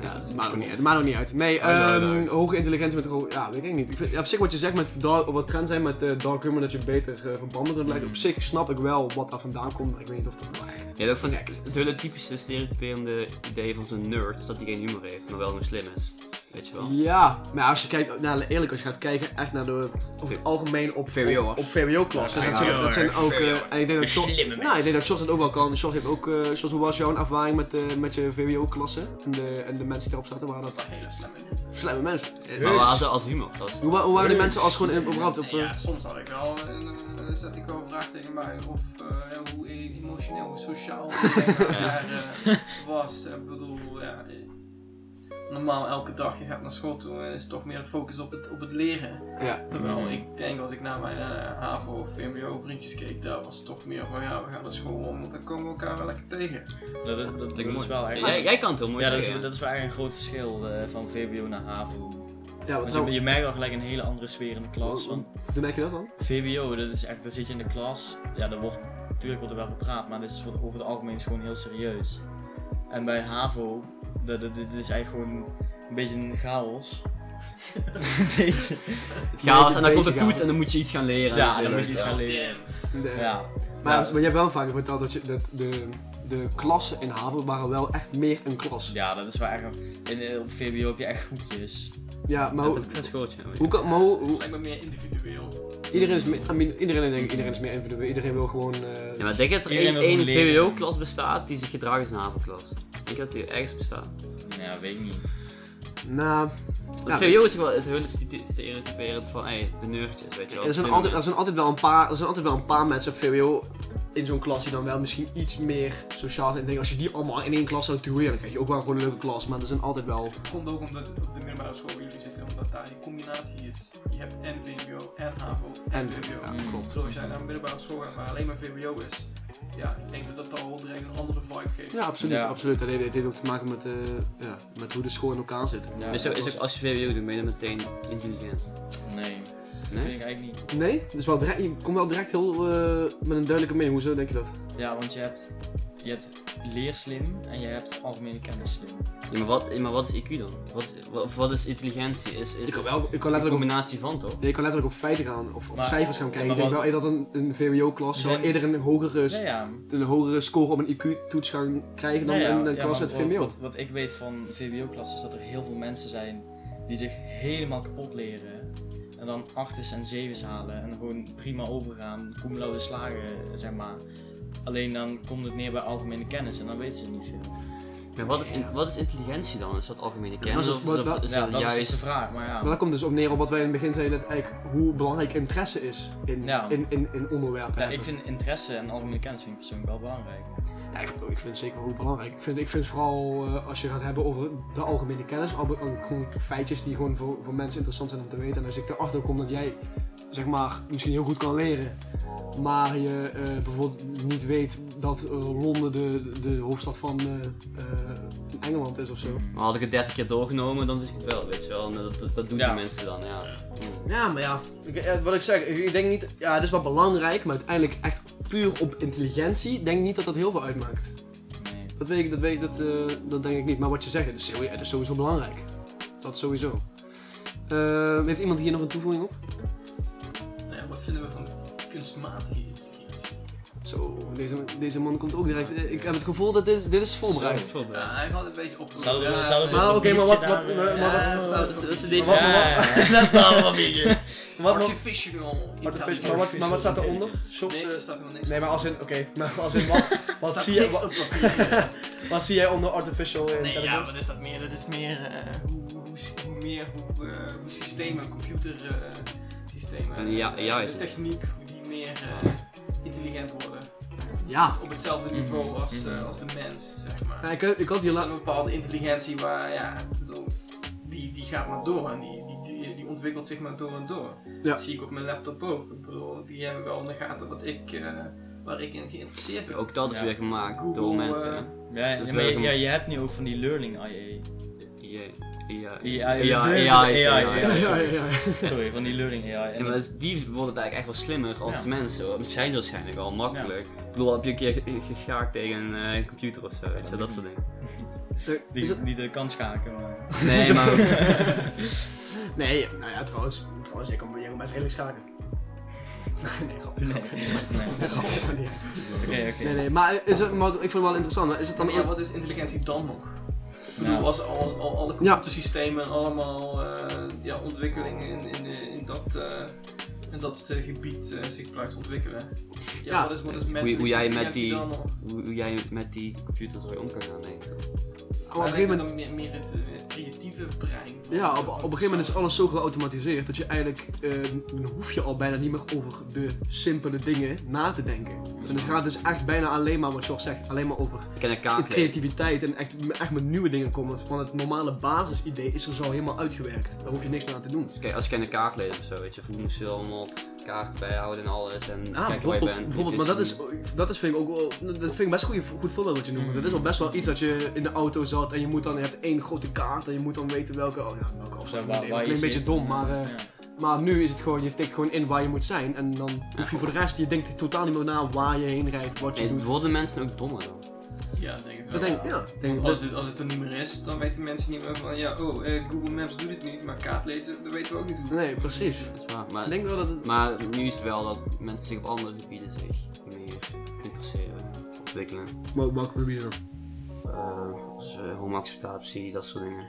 Ja, dat maakt ook niet uit. Maakt ook niet uit. Nee, Ah, ja, ehm, leuk. hoge intelligentie met hoge... Ja, weet ik niet. Ik vind, ja, op zich wat je zegt met dark, of wat trend zijn met eh, dark humor, dat je beter eh verbanden kunt leggen. Op zich snap ik wel wat daar vandaan komt, maar ik weet niet of dat nou echt... Je hebt ook van Correct. het hele typische stereotyperende idee van zo'n nerd, is dat hij geen humor heeft, maar wel nog slim is. Weet je wel. Ja, maar als je kijkt, nou, eerlijk, als je gaat kijken echt naar de, over het algemeen op VWO op, op VWO-klassen, Ja, dat, zijn- dat zijn ook, eh, en ik denk dat Sjors- Slimme nou, ik denk dat Sjors dat ook wel kan. Sjors heeft ook, eh Sjors, hoe was jouw ervaring met, eh, met je VWO-klassen en de, en de mensen die erop zaten, waren dat Hele slimme mensen. slimme mensen? Maar wel als, als humor. Dat is- Hoe, wa- hoe waren die mensen als gewoon in, überhaupt op, eh, Ja, soms had ik wel, eh, eh, zet ik wel vraagteken bij of eh, hoe e- emotioneel, hoe sociaal <laughs> daar eh, was. Ik bedoel, ja, eh, normaal elke dag, je gaat naar school toe en is toch meer de focus op het, op het leren. Ja. Terwijl Mhm. ik denk als ik naar mijn eh, HAVO of VMBO vriendjes keek, daar was het toch meer van ja, we gaan naar school om, want dan komen we elkaar wel lekker tegen. Dat, is- dat, dat Lijkt me is mooi. wel Ja, echt... Jij, jij kan het heel mooi Ja, dat is, zeggen, dat is wel echt een groot verschil eh, van VWO naar HAVO. ja, wat Want je, nou, je merkt al gelijk een hele andere sfeer in de klas. Want hoe merk je dat dan? VWO, dat is echt, daar zit je in de klas. Ja, daar wordt, natuurlijk wordt er wel gepraat, maar dit is voor- over het algemeen is gewoon heel serieus. En bij HAVO, dat, dat, dit is eigenlijk gewoon een beetje een chaos. Deze. Het chaos, en dan komt de Beetje toets en dan moet je iets gaan leren. Ja, en dan zo. moet je iets gaan leren. De- Ja. Maar, Ja. maar je hebt wel vaak verteld dat, je, dat de, de klassen in HAVO waren wel echt meer een klas. Ja, dat is wel echt. een- in- in- op VWO heb je echt groepjes. Ja, maar Dat hoe, heb ik van schooltje. weet je. hoe kan, maar hoe- Het hoe- lijkt me meer individueel. Iedereen is, meer- I mean, iedereen, denk ik, iedereen is meer individueel. Iedereen wil gewoon. eh, Ja, maar denk je dat er Iedereen één, wil één gewoon leren. VWO-klas bestaat die zich gedraagt als een HAVO-klas? Denk je dat die ergens bestaat? Ja, weet ik niet. Nou, Want Ja, VWO is wel het hele sti- stereotyperend van, hey, de nerdjes, weet je wel. er zijn, slimme altijd, er, zijn altijd wel een paar, er zijn altijd wel een paar mensen op VWO in zo'n klas die dan wel misschien iets meer sociaal zijn. Ik denk als je die allemaal in één klas zou duwen, dan krijg je ook wel gewoon een leuke klas. Maar er zijn altijd wel. Komt ook omdat op de middelbare school waar jullie zitten, omdat daar die combinatie is. Je hebt en VMBO, en HAVO, en En- VWO. ja, klopt. Zo als jij naar een middelbare school gaat waar alleen maar VWO is, ja, ik denk dat dat al direct een andere vibe geeft. Ja, absoluut. Ja. absoluut. Dat heeft, het heeft ook te maken met, eh, ja, met hoe de school in elkaar zit. Ja, mensen. Dus zo is ook als je VWO doet, ben je dan meteen intelligent. Nee. Nee? Dat vind ik eigenlijk niet. Nee? Dus wel direct, je komt wel direct heel eh, met een duidelijke mening. Hoezo denk je dat? Ja, want je hebt, je hebt leerslim en je hebt algemene kennis slim. Ja, maar wat, ja, maar wat is IQ dan? Wat, wat, of wat is intelligentie? Is, is Ik kan, is wel, ik kan een letterlijk op, combinatie van, toch? je kan letterlijk op feiten gaan of op Maar- cijfers gaan kijken. maar Ik denk wat- wel eh, dat een, een VWO-klas wel Zijn- eerder een eh, Dus hogere Ja, ja. een hogere score op een IQ-toets gaan krijgen dan Ja, ja, een, een eh, ja, klas maar uit wat- VMBO. Wat, wat ik weet van VWO-klassen is dat er heel veel mensen zijn die zich helemaal kapot leren. En dan achters en zevens halen en gewoon prima overgaan, cum laude slagen, zeg maar. Alleen dan komt het neer bij algemene kennis en dan weten ze niet veel. Maar wat is, in- wat is intelligentie dan? Is dat algemene kennis? is- Of, wat- of dat- is ja, dat dat is juist... dus de vraag, maar ja. Maar dat komt dus op neer op wat wij in het begin zeiden, net eigenlijk hoe belangrijk interesse is in, Ja. in, in, in onderwerpen. Ja, ik vind interesse en algemene kennis vind ik persoonlijk wel belangrijk. Ja, ik, vind- ik vind het zeker ook belangrijk. Ik vind, ik vind het vooral eh, als je gaat hebben over de algemene kennis, al be- al gewoon feitjes die gewoon voor, voor mensen interessant zijn om te weten. En als ik erachter kom dat jij zeg maar, misschien heel goed kan leren, maar je eh, bijvoorbeeld niet weet dat eh, Londen de, de hoofdstad van eh, eh, Engeland is of zo. Maar had ik het 30 keer doorgenomen, dan wist ik het wel, weet je wel. En dat, dat, dat doen Ja. die mensen dan, ja. Hmm. Ja, maar ja, ik- eh, wat ik zeg, ik ik denk niet, ja, het is wel belangrijk, maar uiteindelijk echt puur op intelligentie, denk ik niet dat dat heel veel uitmaakt. Nee. Dat weet ik, dat, weet ik, dat, eh, dat denk ik niet. Maar wat je zegt, het is, sowieso- het is sowieso belangrijk. Dat sowieso. Eh, heeft iemand hier nog een toevoeging op? Nou ja, wat vinden we van kunstmatige intelligentie? Zo, deze, deze man komt ook direct. eh, Ik heb het gevoel dat dit, dit is voorbereid. Zo. Ja, hij had een beetje op. Zou er- Ja, zou er- Maar oké, maar wat, wat, Ja, maar, maar ja, wat, dat- maar dat- dat is de wat- Ja, daar staan we van beetje. wat, wat, Artificial intelligence. maar wat, maar wat staat eronder? Shops, Niks, eh, er staat helemaal niks. Nee, <laughs> maar als in, oké, <laughs> maar als in wat, wat Staat zie je, niks wat, op papier. wat zie jij onder artificial Nee, ja, intelligence? wat is dat meer? Dat is meer eh, hoe, hoe, hoe meer hoe, eh, hoe systemen, computer eh, systemen, Ja, eh, ja, is de het. techniek, hoe die meer eh, intelligent worden. Ja, Mhm, Op hetzelfde niveau als, eh, als de mens, zeg maar. Ja, ik, ik had hier is la- dan een bepaalde intelligentie waar, ja, ik bedoel, die, die gaat maar door en die, die, die, die ontwikkelt zich maar door en door. Ja. Dat zie ik op mijn laptop ook. Ik bedoel, die hebben wel in de gaten wat ik, eh, waar ik in geïnteresseerd ben. Ook dat is Ja. weer gemaakt Google, door mensen. eh, Dat Ja, ja, is maar, wel je- een- ja, je hebt nu ook van die learning IA. Ja, ja. Ja, ja, learning ja, ja, Ja, ja, sorry. ja, ja. Sorry, van die learning AI. Ja, maar het- die worden het eigenlijk echt wel slimmer als Ja. mensen. hoor. Ze zijn waarschijnlijk al makkelijk. Ik bedoel, heb je een keer ge- geschaakt tegen een eh, computer of zo, weet je, dat dat weet soort ik dingen. Eh, is die, het- die de kans schaken. Maar... <laughs> Nee, maar Nee, nou ja, trouwens, trouwens jij, kan, jij kan best redelijk schaken. <laughs> nee, grapje. Nee, nee. Nee, grapje, maar niet. Oké, Nee, oké. nee, maar, is het, maar ik vond het wel interessant. hè. Is het dan Maar eerder... wat is intelligentie dan nog? Ik Nou. bedoel, als, als, al alle computersystemen en allemaal eh, ja, ontwikkelingen in, in, eh, in dat, eh, in dat eh, gebied eh, zich blijft ontwikkelen. Ja, Ja. wat is, wat is hoe, menselijke hoe jij met intelligentie die, dan nog? hoe, hoe jij met die computers zo om kan gaan, denk ik. toch? Maar op een gegeven moment, dan meer, meer het, eh, het creatieve brein. van- ja, op, van op een gegeven moment is persoon. alles zo geautomatiseerd dat je eigenlijk, eh, dan hoef je al bijna niet meer over de simpele dingen na te denken. En het gaat dus echt bijna alleen maar, wat George zegt, alleen maar over Ik ken een in kaart. creativiteit en echt, echt met nieuwe dingen komen. Want het normale basisidee is er zo helemaal uitgewerkt. Daar hoef je niks meer aan te doen. Dus kijk, als je een kaart leest of zo, weet je, vroeger moest je wel allemaal kaart bijhouden en alles. En Ah, kijken waar je bijvoorbeeld, bent. bijvoorbeeld, Dit maar dat is, oh, niet. dat is vind ik ook wel, dat vind ik best een goed voorbeeld wat je Mm. noemt. Dat is al best wel iets dat je in de auto zat en je moet dan, je hebt één grote kaart en je moet dan weten welke, oh ja, welke Of afstand. moet zo, waar, je nemen. waar je Klinkt een beetje zit. dom, maar, eh, Ja. maar nu is het gewoon, je tikt gewoon in waar je moet zijn en dan hoef je voor de rest, je denkt totaal niet meer na waar je heen rijdt, wat je Nee, doet. worden mensen ook dommer dan? Ja, denk ik wel. Dat denk ik, ja, denk ik als, best. het, als het er niet meer is, dan weten mensen niet meer van ja, oh, eh, Google Maps doet het niet, maar kaartlezen, dat weten we ook niet hoe. Nee, precies. Dat is waar. Maar, Ik denk wel dat het, maar nu is het wel dat mensen zich op andere gebieden zich meer interesseren, ontwikkelen. maar welke gebieden dan? Eh, dus, eh, homoacceptatie, dat soort dingen.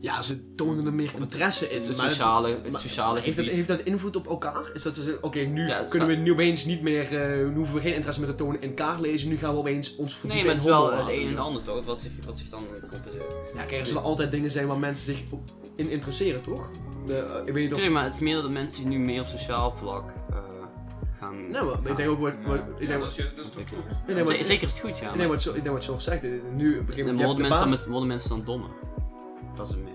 Ja, ze tonen er meer interesse in. Het, maar- sociale, het maar- sociale heeft, dat, gebied. heeft dat invloed op elkaar? Is dat dus, oké, nu Ja, het kunnen we nu opeens niet meer, eh, nu hoeven we geen interesse meer te tonen in kaart lezen, nu gaan we opeens ons Nee, verdiepen maar het is in wel homo het laten een en doen. het ander toch, wat zich, wat zich dan compenseert. Ja, kijk, er zullen altijd dingen zijn waar mensen zich op- in interesseren, toch? De, eh, ik weet niet of... Tuurlijk, maar het is meer dat mensen zich nu meer op sociaal vlak eh, gaan... Nee, Nou, maar ik denk ook wat... wat- ik Ja, denk dat wat... is, dat is toch goed. Ik denk wat... Z- Zeker is het goed, ja. Ik maar- denk wat, Zo- ik denk wat George zegt, eh, nu op een gegeven En moment... je hebt worden de mensen, dan baas- met, worden mensen dan dommer? Dat is het meer.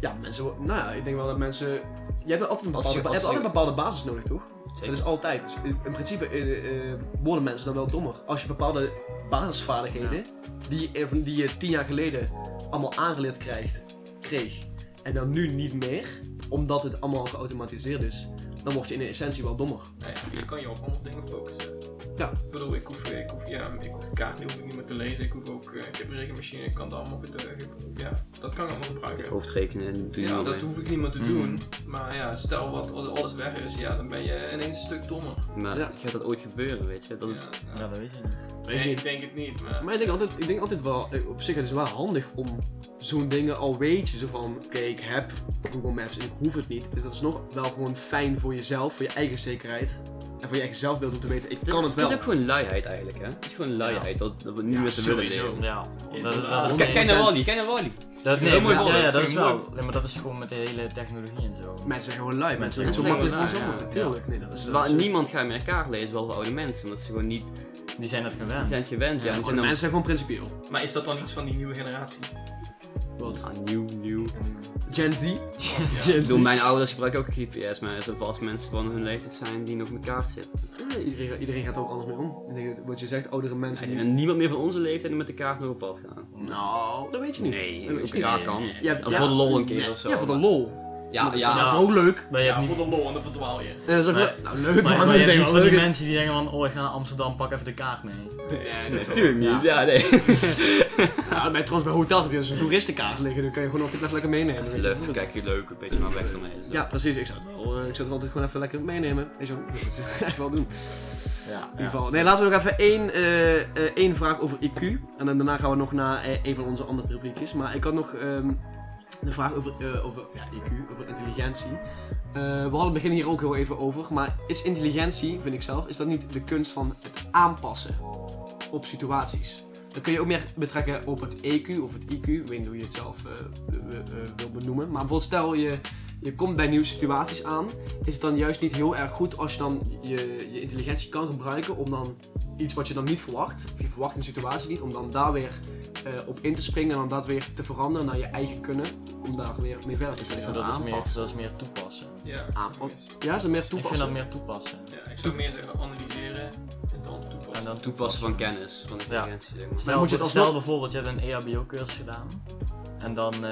Ja, mensen... wo- Nou ja, ik denk wel dat mensen... Je hebt altijd een Als bepaalde, ba- je- je als hebt altijd je- een bepaalde basis nodig, toch? Zeker. Dat is altijd. Dus in in principe eh, eh, worden mensen dan wel dommer. Als je bepaalde basisvaardigheden, die, je- eh, van- die je tien jaar geleden allemaal aangeleerd krijgt, kreeg, en dan nu niet meer, omdat het allemaal geautomatiseerd is, dan word je in essentie wel dommer. Nou ja, je kan je op andere dingen focussen. Ja. Ik bedoel, ik hoef, ik hoef, ja, ik hoef de kaart hoef ik niet meer te lezen. Ik, hoef ook, eh, ik heb een rekenmachine, ik kan het allemaal gebruiken. Ja, dat kan ik allemaal gebruiken. Hoofdrekenen en doen Ja, wel dat mee. hoef ik niet meer te doen. Maar ja, stel wat als alles weg is, ja, dan ben je ineens een stuk dommer. Maar Ja. gaat dat ooit gebeuren, weet je? Dat Ja, nou, het- Ja, dat weet je niet. Nee, ik denk het niet, maar... Maar ik denk altijd, ik denk altijd wel, eh, op zich het is wel handig om zo'n dingen al weet je, zo van, oké, ik heb Google Maps en ik hoef het niet. Dus dat is nog wel gewoon fijn voor jezelf, voor je eigen zekerheid. En voor je eigen zelfbeeld om te weten, ik kan het wel. Het is ook gewoon luiheid eigenlijk, hè? Het is gewoon luiheid dat, dat we nu Ja, met de willen sowieso. leven. Ja, dat is, dat is Kijk kijk naar Wally, kijk naar Wally. Dat, Heel nee, mooi maar- ja, woord. ja, dat is Heel mooi. wel. Ja, maar dat is gewoon met de hele technologie en zo. Mensen zijn gewoon lui, mensen zijn zo Mensen makkelijk zijn van gewoon zomaar. lui, ja. Tuurlijk, nee, dat is... Waar dat is- niemand gaat meer kaart lezen, wel oude mensen, omdat ze gewoon niet die Die zijn dat gewend. zijn het gewend. Ja, die Gewoon, zijn dan mensen zijn gewoon principieel. Maar is dat dan iets van die nieuwe generatie? Wat? Ah, nieuw, nieuw. Gen Z? <laughs> Ik bedoel, mijn ouders gebruiken ook GPS, maar er zijn vast mensen van hun leeftijd zijn die nog met kaart zitten. Eh, Iedereen, iedereen gaat er ook anders mee om. Ik denk dat wat je zegt, oudere mensen... die- En niemand meer van onze leeftijd die met de kaart nog op pad gaan. Nou, dat weet je niet. Nee, Dat weet op je niet. elkaar kan. Ja, Of ja. voor de lol een keer Nee, of zo. Ja, voor de lol. Ja, Dat is- Dat ja. is ook leuk. Maar je hebt Ja, niet. voor de lol en dan verdwaal je. En dan zeg Maar- je, nou leuk <laughs> Maar, man, maar dat je hebt denk ook ik die leuk. mensen die denken van, oh ik ga naar Amsterdam, pak even de kaart mee. Nee, Nee, Natuurlijk niet. Ja, Ja. nee. Ja, bij, trouwens bij hotels heb je dus een toeristenkaart liggen, dan kan je gewoon altijd even lekker meenemen. weet je. Even kijk je leuk, een beetje maar weg ermee. Dus Ja, precies. Ik zou het wel, eh, ik zou het altijd gewoon even lekker meenemen. Weet je wel, dat zou ik echt wel doen. Ja. In ieder geval. Nee, laten we nog even één, eh, eh, één vraag over IQ. En dan daarna gaan we nog naar eh, een van onze andere rubriekjes. Maar ik had nog ehm een vraag over, eh, over ja, IQ, over intelligentie. Eh, we hadden het begin hier ook heel even over. Maar is intelligentie, vind ik zelf, is dat niet de kunst van het aanpassen op situaties? Dan kun je ook meer E eh, betrekken op het EQ of het IQ. Ik weet niet hoe je het zelf eh, eh, eh, wil benoemen. Maar bijvoorbeeld stel je je komt bij nieuwe situaties aan, is het dan juist niet heel erg goed als je dan je, je intelligentie kan gebruiken om dan iets wat je dan niet verwacht, of je verwacht een situatie niet, om dan daar weer eh, op in te springen en dan dat weer te veranderen naar je eigen kunnen, om daar weer mee verder te Dus kunnen. dat, is meer, Aanpassen. dat is meer toepassen. Ja, Aanpak. Ja, is dat meer Ik vind toepassen? dat meer toepassen. ja, ik zou meer zeggen analyseren en dan toepassen. En dan Toepassen van kennis, van intelligentie. Zeg maar. Stel, moet je het alsnog- stel bijvoorbeeld, je hebt een E EHBO-cursus gedaan. En dan eh,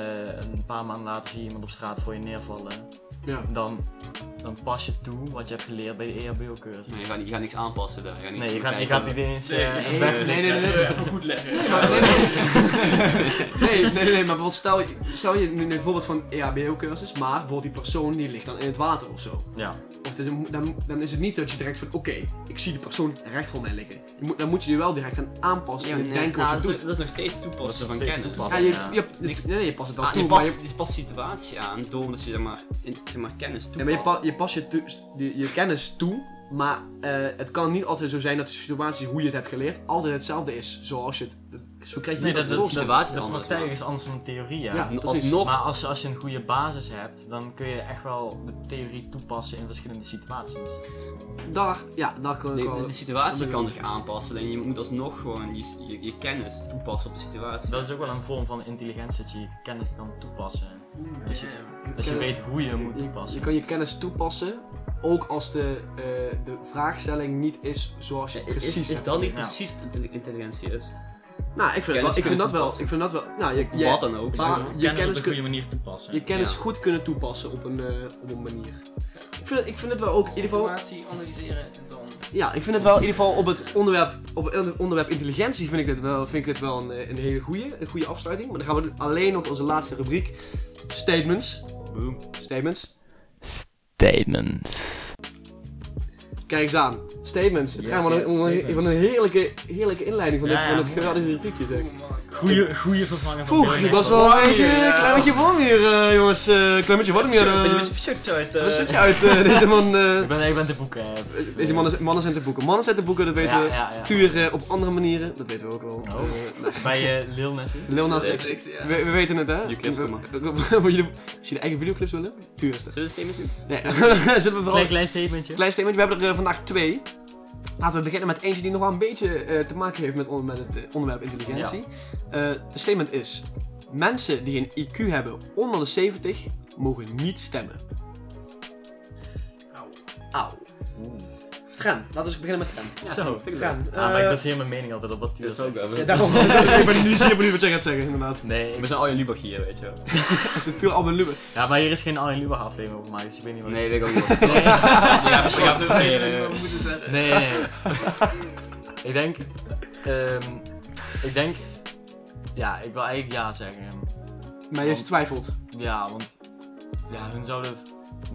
een paar maanden later zie je iemand op straat voor je neervallen. Ja. Dan, dan pas je toe wat je hebt geleerd bij de E EHBO-cursus. Nee, je gaat, niet- je gaat niks aanpassen daar. gaat niet Nee, je gaan gaat, je gaat niet eens Nee, eh, nee, wegflikkeren. nee, nee, nee, Even, even goed leggen. nee, nee, nee, nee, nee, maar bijvoorbeeld stel, je- stel je nu een E voorbeeld van EHBO-cursus, maar bijvoorbeeld die persoon die ligt dan in het water of zo. Ja, Of het is een- dan, dan is het niet dat je direct van, oké, ik zie die persoon recht voor mij liggen. Je moet, dan moet je je wel direct aan aanpassen Ja, en nee, denken nou, wat je dat, is, doet. dat is nog steeds dat is toepassen nog van steeds kennis. Ja, toepassen. je, ja. je, nee, nee, je past het wel Ah, toe, je, maar je, past, je past situatie aan doordat je, zeg maar, in, zeg maar kennis toepast. ja, maar je, pa- je past je, tu- je, je kennis toe. Maar eh, het kan niet altijd zo zijn dat de situatie hoe je het hebt geleerd altijd hetzelfde is. Zoals je het, zo krijg je Nee, niet altijd het dat, dat, is- volgende. situatie de anders, praktijk maar- is anders dan theorie, ja. Ja. precies. alsnog, Maar als, als je een goede basis hebt, dan kun je echt wel de theorie toepassen in verschillende situaties. Daar, ja, daar kan ik nee, wel... de, de situatie dat kan bedoel zich ik. aanpassen en je moet alsnog gewoon je, je, je kennis toepassen op de situatie. Dat is ook wel een vorm van intelligentie, dat je je kennis kan toepassen. Dat je, Je dat je kan- weet hoe je hem moet Eh, je- Je toepassen. kan je kennis toepassen, ook als de, eh, de vraagstelling niet is zoals je Ja, is, precies is, hebt. dat niet Ja. precies intelli- intelligentie is? Nou, ik vind, het wel, Kennis ik vind kunnen dat wel. toepassen. Ik vind dat wel. Nou, je, Wat je, dan ook. maar zeg maar. je kennis, op een kun- goede manier toepassen. je kennis Ja. goed kunnen toepassen op een, eh, op een manier. Ik vind, ik vind het wel ook in ieder geval. Informatie analyseren en dan. Ja, ik vind het wel in ieder geval op het onderwerp, op het onderwerp intelligentie vind ik dit wel, vind ik dit wel een, eh, een hele goede, een goede afsluiting. Maar dan gaan we alleen nog onze laatste rubriek. Statements. Boom. Statements. Statements. Kijk eens aan. Statements. Het Yes, gaat om, een- yes, om een- statements. van een heerlijke, heerlijke inleiding van Ja, dit, ja, van dit mooi. geweldige rubriekje zeg. Goeie, goeie vervanger van Oeh, Bill ik was Gates. wel een beetje een klein beetje warm hier, eh, jongens. Eh klein beetje warm hier. eh. Wat zit je uit? eh, deze man, eh, Ik ben, ik ben te boeken. eh, deze mannen, zijn- mannen zijn te boeken. Mannen zijn te boeken, dat weten ja, we. ja, ja. Tuur eh, op andere manieren, dat weten we ook wel. Oh. Eh, Bij eh Lil Nas X. Lil Nas X. X, We, we weten het, hè? Je clips, kom maar. Wil jullie- Als jullie eigen videoclips willen, tuur is er. Zullen we het even doen? Nee, zullen we vooral Klein, klein statementje. Klein statement, we hebben er eh, vandaag twee. Laten we beginnen met eentje die nog wel een beetje eh, te maken heeft met, on- met het eh, onderwerp intelligentie. Eh, de statement is: Mensen die een IQ hebben onder de 70 mogen niet stemmen. Auw. Auw. Tren, laten we eens beginnen met Tren. Ja, Zo. vind ik leuk. Tren. Ah, maar ik baseer mijn mening altijd op wat Dat Tuur is ook zegt. wel. ja, We daarom, ik ben nu zeer benieuwd wat jij gaat zeggen, inderdaad. Nee, ik- we zijn al je Lubach hier, weet je wel. Dat is het puur Albin Lubbe. ja, maar hier is geen Anne Lubach aflevering over gemaakt, dus ik weet niet wat Nee, weet ik ook niet. Ik ga- ik ga Dat zou je proberen. wel moeten zeggen. Nee, nee, <laughs> nee. ik denk... ehm, ik denk... Ja, ik wil eigenlijk ja zeggen. Maar je twijfelt. Ja, want... Ja, hun zouden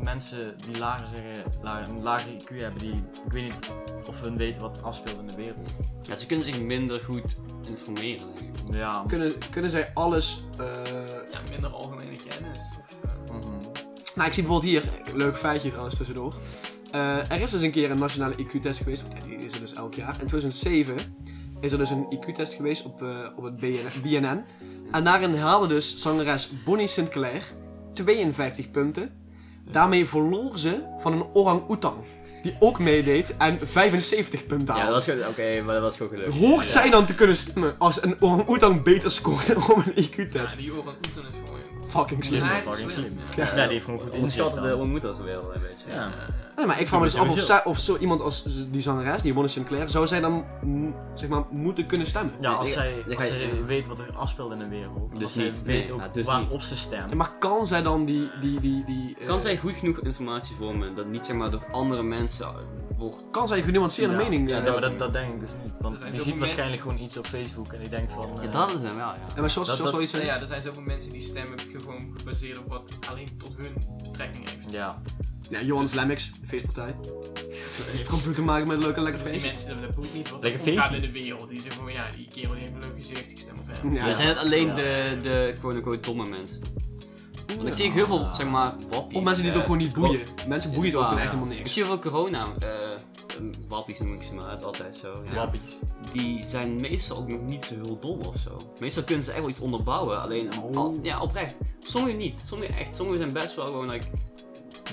mensen die lagere, la- een lagere IQ hebben, die... Ik weet niet of hun weten wat afspeelt in de wereld. Ja, ze kunnen zich minder goed informeren. denk ik. Ja. Kunnen, kunnen zij alles. eh, Ja, minder algemene kennis. Of, eh, mhm. Nou, ik zie bijvoorbeeld hier, leuk feitje trouwens tussendoor. Eh, er is dus een keer een nationale IQ-test geweest, want ja, die is er dus elk jaar. In 2007 is er dus een IQ-test geweest op, eh, op het BN BNN. En daarin haalde dus zangeres Bonnie Sinclair 52 punten. Daarmee verloor ze van een orang-oetang, die ook meedeed en 75 punten Ja, haalde. dat is gewoon, oké, maar dat was gewoon gelukt. Hoort Ja. zij dan te kunnen stemmen als een orang-oetang beter scoort dan op een ja, IQ-test? die oren oeten is gewoon. Fucking Die slim. is wel Nee, het is fucking slim. slim. Ja. Ja, die heeft gewoon goed inzicht Onderschatten de dan. ontmoeters wel een beetje. Ja. Nee, maar ik vraag me dus af of, zij, of zo iemand als die zangeres, die Bonnie Sinclair, zou zij dan mm, zeg maar, moeten kunnen stemmen? Ja, als Ik- zij, ik- als ik- zij weet wat er afspeelt in de wereld. Dus als zij niet, weet nee, ook ja, dus waarop niet. ze stemt. Ja, maar kan zij dan die... die, die, die eh, Kan zij goed genoeg informatie vormen dat niet zeg maar door andere mensen wordt? kan zij een genuanceerde Ja, mening... ja, eh, dat, maar dat, dat denk ik dus niet. Er Want zijn je zoveel ziet waarschijnlijk gewoon iets op Facebook en die denkt van... eh, is hem wel, ja. en maar zoals, dat- zoals wel dat- iets... Nou ja, er zijn zoveel mensen die stemmen gewoon gebaseerd op wat alleen tot hun betrekking heeft. Ja, Ja, Johan Flemmix, feestpartij. Heeft gewoon bloed te maken met een leuk en lekker Die feest. mensen, dat boeit niet wat er Lekker omgaat feestje. in de wereld. Die zeggen van ja, die kerel die heeft een leuk gezicht, ik stem op hem. Ja, Ja, zijn het alleen Ja. de, de quote-unquote domme mensen? Want ik Ja. zie ook heel veel, zeg maar, wappies. Of mensen die het ook eh, gewoon niet boeien. Mensen boeien het ook waar, gewoon echt ja. helemaal Ik niks. zie heel veel corona eh, wappies noem ik ze maar, dat is altijd zo. Ja. Wappies. Die zijn meestal ook nog niet zo heel dom of zo. Meestal kunnen ze echt wel iets onderbouwen, alleen al- ja, oprecht. Sommigen niet, sommigen echt. Sommigen zijn best wel gewoon, like,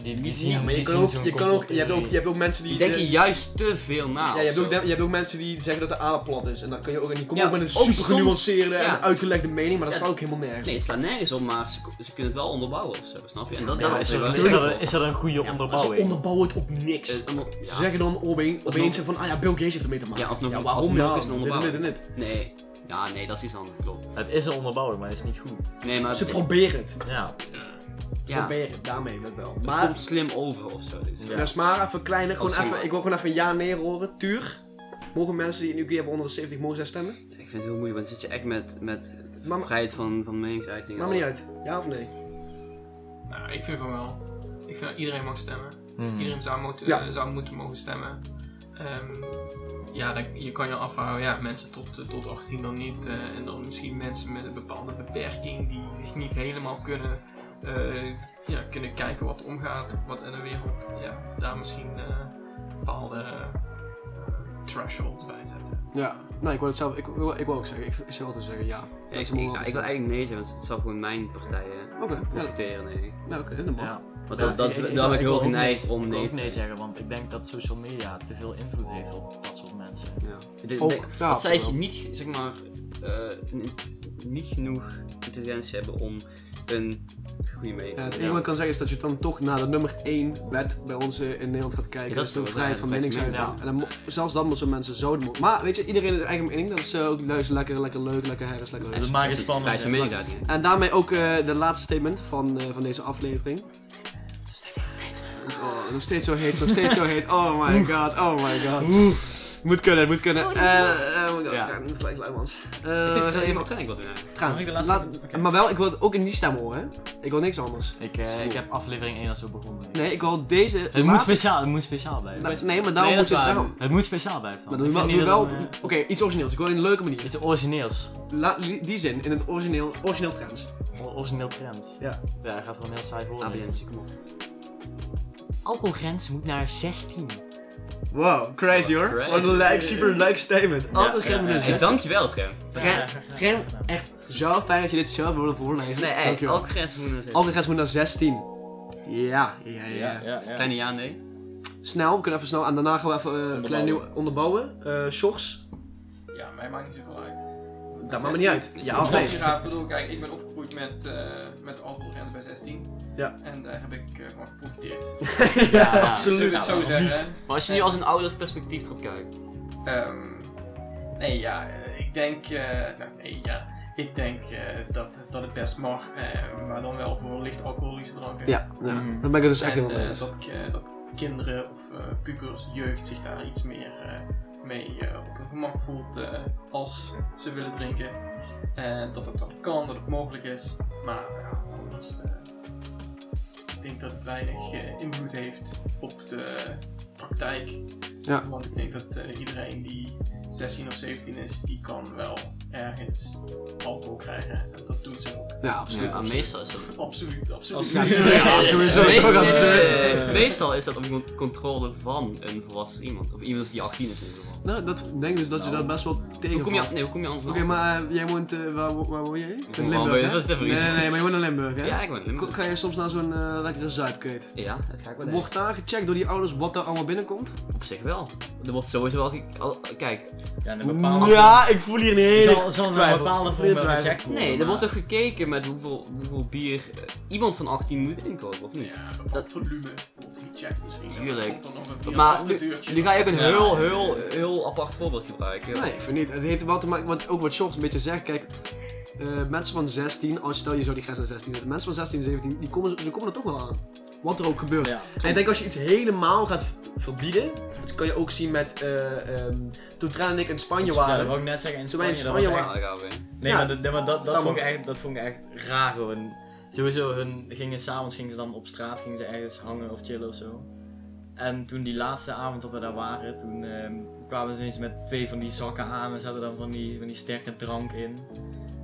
Die, die zien, Ja, maar je, die kan zien ook, zo'n je, kan ook, je, hebt complottheorie. ook, je hebt ook mensen die... die denken de- juist te veel na. ja, je hebt, of ook, zo. de- je hebt ook mensen die zeggen dat de aarde plat is. En dan kun je ook, en die komen Ja, ook met een ook super genuanceerde soms, ja. en uitgelegde mening, maar dat Ja. staat ook helemaal nergens. Nee, het staat nergens op, maar ze, ze kunnen het wel onderbouwen of zo, snap je? En dat, Ja, daar is er wel is, dat, is dat een goede Maar Ze onderbouwing? onderbouwen het op niks. Eh, onder- Ze ja. zeggen dan opeens, opeens van, ah ja, Bill Gates heeft ermee te maken. Ja, alsnog- waarom alsnog nou? is het een Dit en dit en dit. onderbouwing. Nee. Ja, nee, dat is iets anders, klopt. Het is een onderbouwing, maar het is niet goed. Nee, maar Ze het- proberen het. Ja, ja, het Proberen het, daarmee, dat wel. Maar, komt slim over of zo. Dus. Ja. dus maar even kleiner, gewoon Als ze even, maar- ik wil gewoon even ja nee horen. Tuur, mogen mensen die het nu keer hebben onder de 70, mogen zij stemmen? Ik vind het heel moeilijk, want dan zit je echt met, met Maar- vrijheid van, van meningsuiting. Maakt me niet uit. Ja of nee? Nou, ik vind van wel. Ik vind dat iedereen mag stemmen. Hmm. Iedereen zou moeten, Ja. zou moeten mogen stemmen. Ehm, ja, dan- je kan je afvragen, ja, mensen tot, eh, tot 18 dan niet. eh, en dan misschien mensen met een bepaalde beperking die zich niet helemaal kunnen, eh, ja, kunnen kijken wat er omgaat, wat in de wereld. Ja, daar misschien eh, bepaalde eh, thresholds bij zetten. Ja, nee, ik wil het zelf, ik wil, ik wil ook zeggen, ik, ik zou altijd zeggen ja. Ja, ik, ik, ja, ik wil eigenlijk nee zeggen, want het zou gewoon mijn partijen Oké, ja, profiteren, nee. nou, oké, dat mag. ja. Want dat, dat, is- ik- ik- daar ben ik wil heel ook geneigd nee- om ik wil nee ook te nee zeggen, want ik denk dat social media te veel invloed heeft op dat soort mensen. Oh, Ja. Ik denk- Ook denk- daarvoor Dus Dat zij wel. niet, zeg maar, eh, n- niet genoeg intelligentie hebben om een goede mening Ja, het enige te hebben. wat ik kan zeggen is dat je dan toch naar de nummer 1 wet bij ons eh, in Nederland gaat kijken. Ja, dat dat is is de wel, vrijheid ja, van dat is meningsuiting. minder, En dan, mo- zelfs dan moeten mensen zo... de mo- Maar weet je, iedereen heeft eigen mening. Dat is eh, ook luister, lekker, lekker leuk, lekker herres, lekker leuk. We maken het Vrijheid spannend. van meningsuiting. En daarmee ook eh, de laatste statement van, eh, van deze aflevering. Oh, nog steeds zo heet, nog steeds zo heet. Oh my god, oh my god. Moet kunnen, moet kunnen. Eh, eh, oh my god, Ja. ja. gelijk luimans. Eh, Ik we vind gaan het even even kan ik wat doen eigenlijk. gaan. Mag ik de laatste- Laat- oké. Maar wel, ik wil het ook in die stem horen. hè. Ik wil niks anders. Ik, eh, ik heb aflevering 1 al zo begonnen. Nee, ik wil deze Het, moet laatste... speciaal, het moet speciaal blijven. Nou, nee, maar daarom Nee, moet dat je... is waar. Daarom... Het moet speciaal blijven dan. Maar doe Ik wel, vind doe niet dat wel het, eh, oké, iets origineels. Ik wil een leuke manier. iets origineels. La- li- die zin in een origineel, origineel trends. O- Origineel trend. Ja. Ja, hij gaat gewoon heel saai worden. ABN, kom op. Ah, Alcoholgrens moet naar 16. Wow, crazy hoor. Crazy. Wat een leuk, super leuk statement. Altijd ja, ja, Hey, dankjewel, Trem. Trem, Trem, echt zo fijn dat je dit zelf wilde voorlezen. Nee, hey, Dankjewel. elke grens moet er zijn. Alcohol grens moet naar 16. Ja, ja, ja. ja, ja. Kleine ja, nee. Snel, we kunnen even snel en daarna gaan we even eh, een klein nieuw onderbouwen. Eh Sjors, Ja, mij maakt niet zoveel uit. dat maakt me niet uit. Ja of Als je nee? raad bedoel, kijk, ik ben opgegroeid met, eh met alcoholgrens bij 16. Ja. En daar heb ik eh, van geprofiteerd. Ja, Zullen we Absoluut. Nou, het zo zeggen? Maar als je nu als een ouder perspectief erop kijkt. Ehm, nee, ja, eh, ik denk, eh, nou, nee, ja, ik denk eh, dat, dat het best mag, eh, maar dan wel voor licht alcoholische dranken. Ja, ja. dan ben ik het dus echt en, helemaal mee eh, eens. dat, eh, dat kinderen of eh, pubers, jeugd zich daar iets meer eh, mee eh, op hun gemak voelt eh, als ze willen drinken. En dat het dan kan, dat het mogelijk is, maar ja, anders. eh, ik denk dat het weinig eh, invloed heeft op de praktijk. Ja. Want ik denk dat eh, iedereen die 16 of 17 is, die kan wel ergens alcohol krijgen. En dat doen ze ook. Ja, absoluut. Ja, meestal is dat. Absoluut, absoluut. Ja, sowieso. Meest- Toch als het zo is. eh, Meestal is dat onder controle van een volwassen iemand. Of iemand die 18 is in ieder geval. Nou, dat ik denk dus dat je dat best wel Hoe kom je, tegenkomt. nee, hoe kom je anders Oké, aan? maar eh, jij woont, eh, waar, wo- waar woon jij? woon In wel Limburg, bij- hè? dat is even nee, iets. nee, nee, maar je woont in Limburg, hè? Ja, ik ben in Ko- Limburg. Ga je soms naar zo'n eh, lekkere zuipkeet? Ja, dat ga ik wel doen. Wordt daar gecheckt door die ouders wat daar allemaal binnenkomt? Op zich wel. Er wordt sowieso wel... ge- al- Kijk, Ja, en een bepaalde Ja, ik voel hier een hele... Zal, zal er een twijfel. bepaalde Weer vorm wel twijfel. gecheckt worden? nee, er maar- wordt toch gekeken met hoeveel, hoeveel bier eh, iemand van 18 moet inkopen, of niet? Ja, dat volume wordt gecheckt misschien. Tuurlijk. Komt dan nog een via- Maar achter nu, deurtje. nu ga je ook een Ja. heel, heel, heel apart voorbeeld gebruiken. Nee, ik vind niet. Het heeft wel te maken, want ook wat Sjors een beetje zegt, kijk... eh, mensen van 16, als stel je zo die grens naar 16 zet, mensen van 16, 17, die komen, ze komen er toch wel aan. Wat er ook gebeurt. Ja. En ik denk als je iets helemaal gaat v- verbieden, dat kan je ook zien met, eh ehm toen Tran en ik in Spanje Ja, dat waren. wou ik net zeggen. In Toen wij Spanje, in dat was Spanje echt- Ja, daar gaan we weer. Nee, Ja. maar, dat, nee, maar dat, dat, Dan vond ik moet- echt, dat vond ik echt raar gewoon. Sowieso, hun gingen s'avonds gingen ze dan op straat gingen ze ergens hangen of chillen of zo. En toen die laatste avond dat we daar waren, toen ehm, kwamen ze ineens met twee van die zakken aan en zaten dan van die, van die sterke drank in.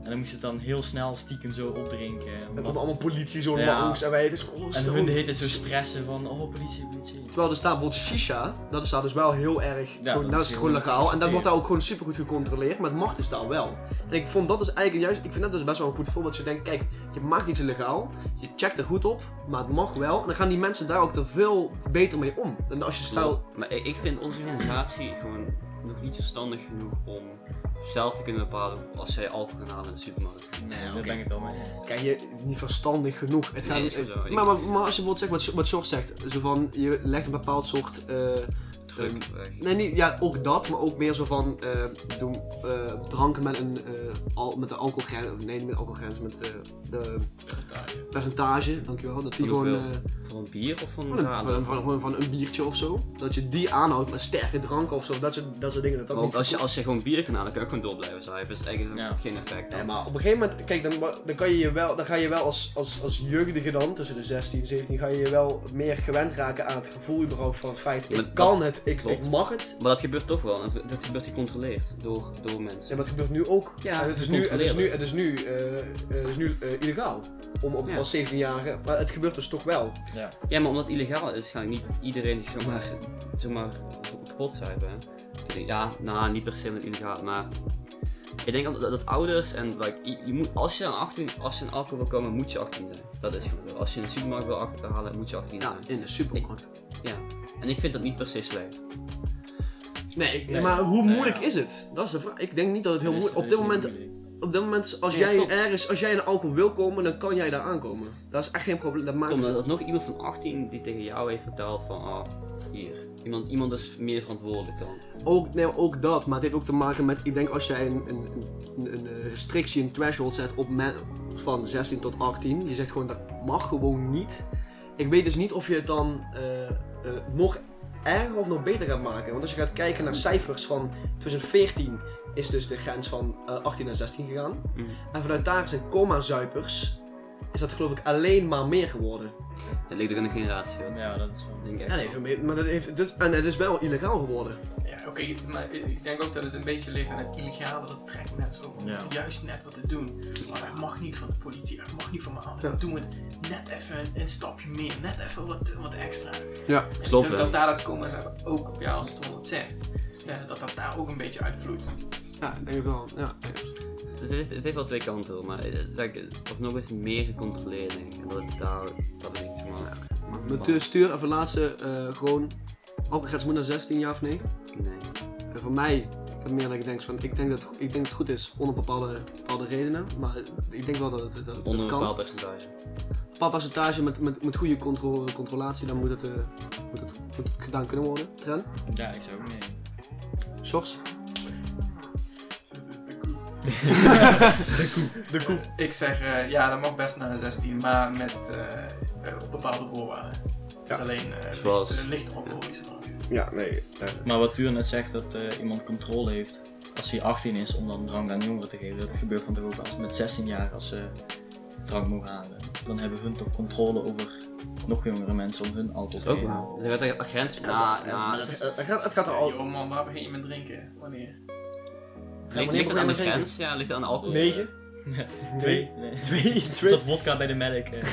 En dan moest je het dan heel snel stiekem zo opdrinken. Dan omdat- komt allemaal politie zo Ja. langs en wij het is oh, en zo- hun de hele tijd zo stressen van, oh politie, politie. Terwijl er staat bijvoorbeeld shisha, dat is daar dus wel heel erg, Ja, gewoon, dat dat is is heel gewoon legaal en dat wordt geaccepteerd. daar ook gewoon supergoed gecontroleerd, maar het mag dus daar wel. En ik vond dat is eigenlijk juist, ik vind dat dus best wel een goed voorbeeld, dat je denkt, kijk, je maakt iets illegaal, je checkt er goed op, maar het mag wel en dan gaan die mensen daar ook er veel beter mee om. En als je stel, Maar ik, ik vind onze generatie gewoon nog niet verstandig genoeg om zelf te kunnen bepalen als zij alcohol gaan halen in de supermarkt. Nee, daar oké. ben ik het al mee. eens. kijk, je niet verstandig genoeg. Het gaat, Nee, is wel zo. eh, Ik- maar, maar, maar als je bijvoorbeeld zegt wat, wat Sjors zegt, zo van, je legt een bepaald soort... eh, Druk Ehm, weg. Nee, niet, ja, ook dat, maar ook meer zo van eh, doen, eh, dranken met een eh, al, met de alcoholgrens, nee niet met alcoholgrens, met eh, de percentage, dankjewel, dat die Van gewoon hoeveel? eh, Van een bier of van van, een een, van, radler? een- van, gewoon van een biertje of zo, dat je die aanhoudt met sterke dranken of zo, dat soort, dat soort dingen. Dat dat Maar ook niet- als je, als je gewoon bier kan halen, kan je ook gewoon door blijven zuipen. Dat is eigenlijk Ja. geen effect. Nee, dan. Eh, maar op een gegeven moment, kijk, dan, dan, kan je je wel, dan ga je wel als, als, als jeugdige dan, tussen de 16 en 17, ga je je wel meer gewend raken aan het gevoel überhaupt van het feit, Maar ik dat- kan het, ik, ik klopt. mag het, Maar dat gebeurt toch wel. Dat, dat gebeurt gecontroleerd door, door Ja, mensen. maar het gebeurt nu ook. Ja, en het is het nu, is het is nu, het is nu, eh, eh, het is nu eh, illegaal. Om op Ja. als 17-jarige. Maar het gebeurt dus toch wel. Ja. Ja, maar omdat het illegaal is, ga ik niet iedereen die zomaar, zomaar kapot zuipen. hè. Ik denk, Ja, nou, niet per se omdat het illegaal is, maar... Ik denk dat, dat, dat ouders en like, je, je moet, als je aan 18, als je aan alcohol wil komen, moet je 18 zijn. Dat is gewoon zo. Als je een supermarkt wil alcohol halen, moet je 18 Ja, zijn. in de supermarkt. Ja. En ik vind dat niet per se slecht. Nee, ik- Nee. maar hoe Nee, moeilijk ja. is het? Dat is de vraag. Ik denk niet dat het heel Dat is- moeilijk dat op dit moment. is heel moeilijk. Op dit moment, als Ja, jij klopt. ergens, als jij in de alcohol wil komen, dan kan jij daar aankomen. Dat is echt geen probleem. Dat maakt dus Tom, dat is nog iemand van 18 die tegen jou heeft verteld van, ah, hier. Iemand, iemand is meer verantwoordelijk dan. ook, nee, ook dat. Maar het heeft ook te maken met, ik denk als jij een, een, een, een, eh, restrictie, een threshold zet op men, van 16 tot 18. Je zegt gewoon dat mag gewoon niet. Ik weet dus niet of je het dan eh, eh, nog erger of nog beter gaat maken. Want als je gaat kijken naar cijfers van 2014 is dus de grens van eh, 18 naar 16 gegaan. Mhm. En vanuit daar zijn coma-zuipers, is dat geloof ik alleen maar meer geworden. Het ligt ook aan de generatie, hoor. Ja, dat is wel... Ik Denk echt Ja, nee, veel meer, maar dat heeft, dat, en het is wel illegaal geworden. Ja, oké, maar ik denk ook dat het een beetje ligt aan het illegale. Dat trekt mensen ook om Ja. juist net wat te doen. Maar dat mag niet van de politie, dat mag niet van mijn ouders. Ja. Dan doen we het net even een, een stapje meer, net even wat, wat extra. Ja, En klopt, Ik denk hè. dat daar dat komen ze ook op jou als Tom het zegt. Ja, dat dat daar ook een beetje uitvloeit. ja ik denk het wel. Ja, Dus het, heeft, het heeft wel twee kanten hoor, maar eh, like, alsnog is het meer gecontroleerd denk ik. En dat, daar, dat ben ik zeg maar. dus- Met de stuur even laatste, eh, gewoon. Alcoholgrens moet naar 16 jaar of nee? Nee. En voor mij, meer dan ik denk, van, ik, denk dat, ik denk dat het goed is, onder bepaalde, bepaalde redenen. Maar ik denk wel dat het, dat het Onder een kan. bepaald percentage. Bepaald percentage met, met, met goede contro- controlatie, dan moet het, eh, moet, het, moet het gedaan kunnen worden. Tren, Ja, ik zou ook nee. Sjors. Dat is de koe. de koe. Ik zeg, eh, ja, dat mag best naar 16, maar met eh, eh, op bepaalde voorwaarden. Dus Ja. alleen eh Zoals- licht, licht alcoholische drank. Ja, nee. Eh, Maar wat Tuur net zegt, dat eh, iemand controle heeft als hij 18 is om dan drank aan jongeren te geven. Dat gebeurt dan toch ook als met 16 jaar als ze drank mogen halen. Dan hebben hun toch controle over nog jongere mensen om hun alcohol te Ook geven. wel. Dus er gaat een grens na, na, Het gaat, het gaat er Ja, al. joh man, waar begin je met drinken? Wanneer? ligt, ligt het aan de grens? Ja, ligt het aan de alcohol? Twee? Nee. Twee, Is dat vodka bij de melk? eh?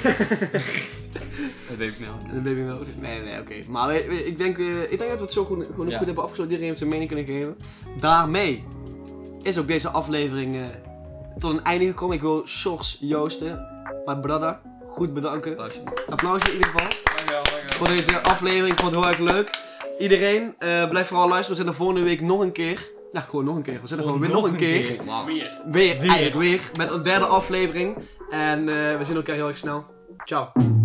Dat weet ik nou. En dan ben je wel. Nee, nee, oké. Maar we- we- ik, denk, eh, ik denk dat we het zo goed, gewoon Ja. goed hebben afgesloten. Iedereen heeft zijn mening kunnen geven. Daarmee is ook deze aflevering eh, tot een einde gekomen. Ik wil Sjors, Joosten, mijn brother, goed bedanken. Applausje. Applausje in ieder geval Dankjewel, dankjewel. voor deze aflevering. Ik vond het heel erg leuk. Iedereen, eh, blijf vooral luisteren. We zijn er volgende week nog een keer. Nou, gewoon nog een keer. We zijn er gewoon weer nog een keer. Wauw. Weer. Weer, eigenlijk weer. Met een derde aflevering. En eh, we zien elkaar heel erg snel. Ciao.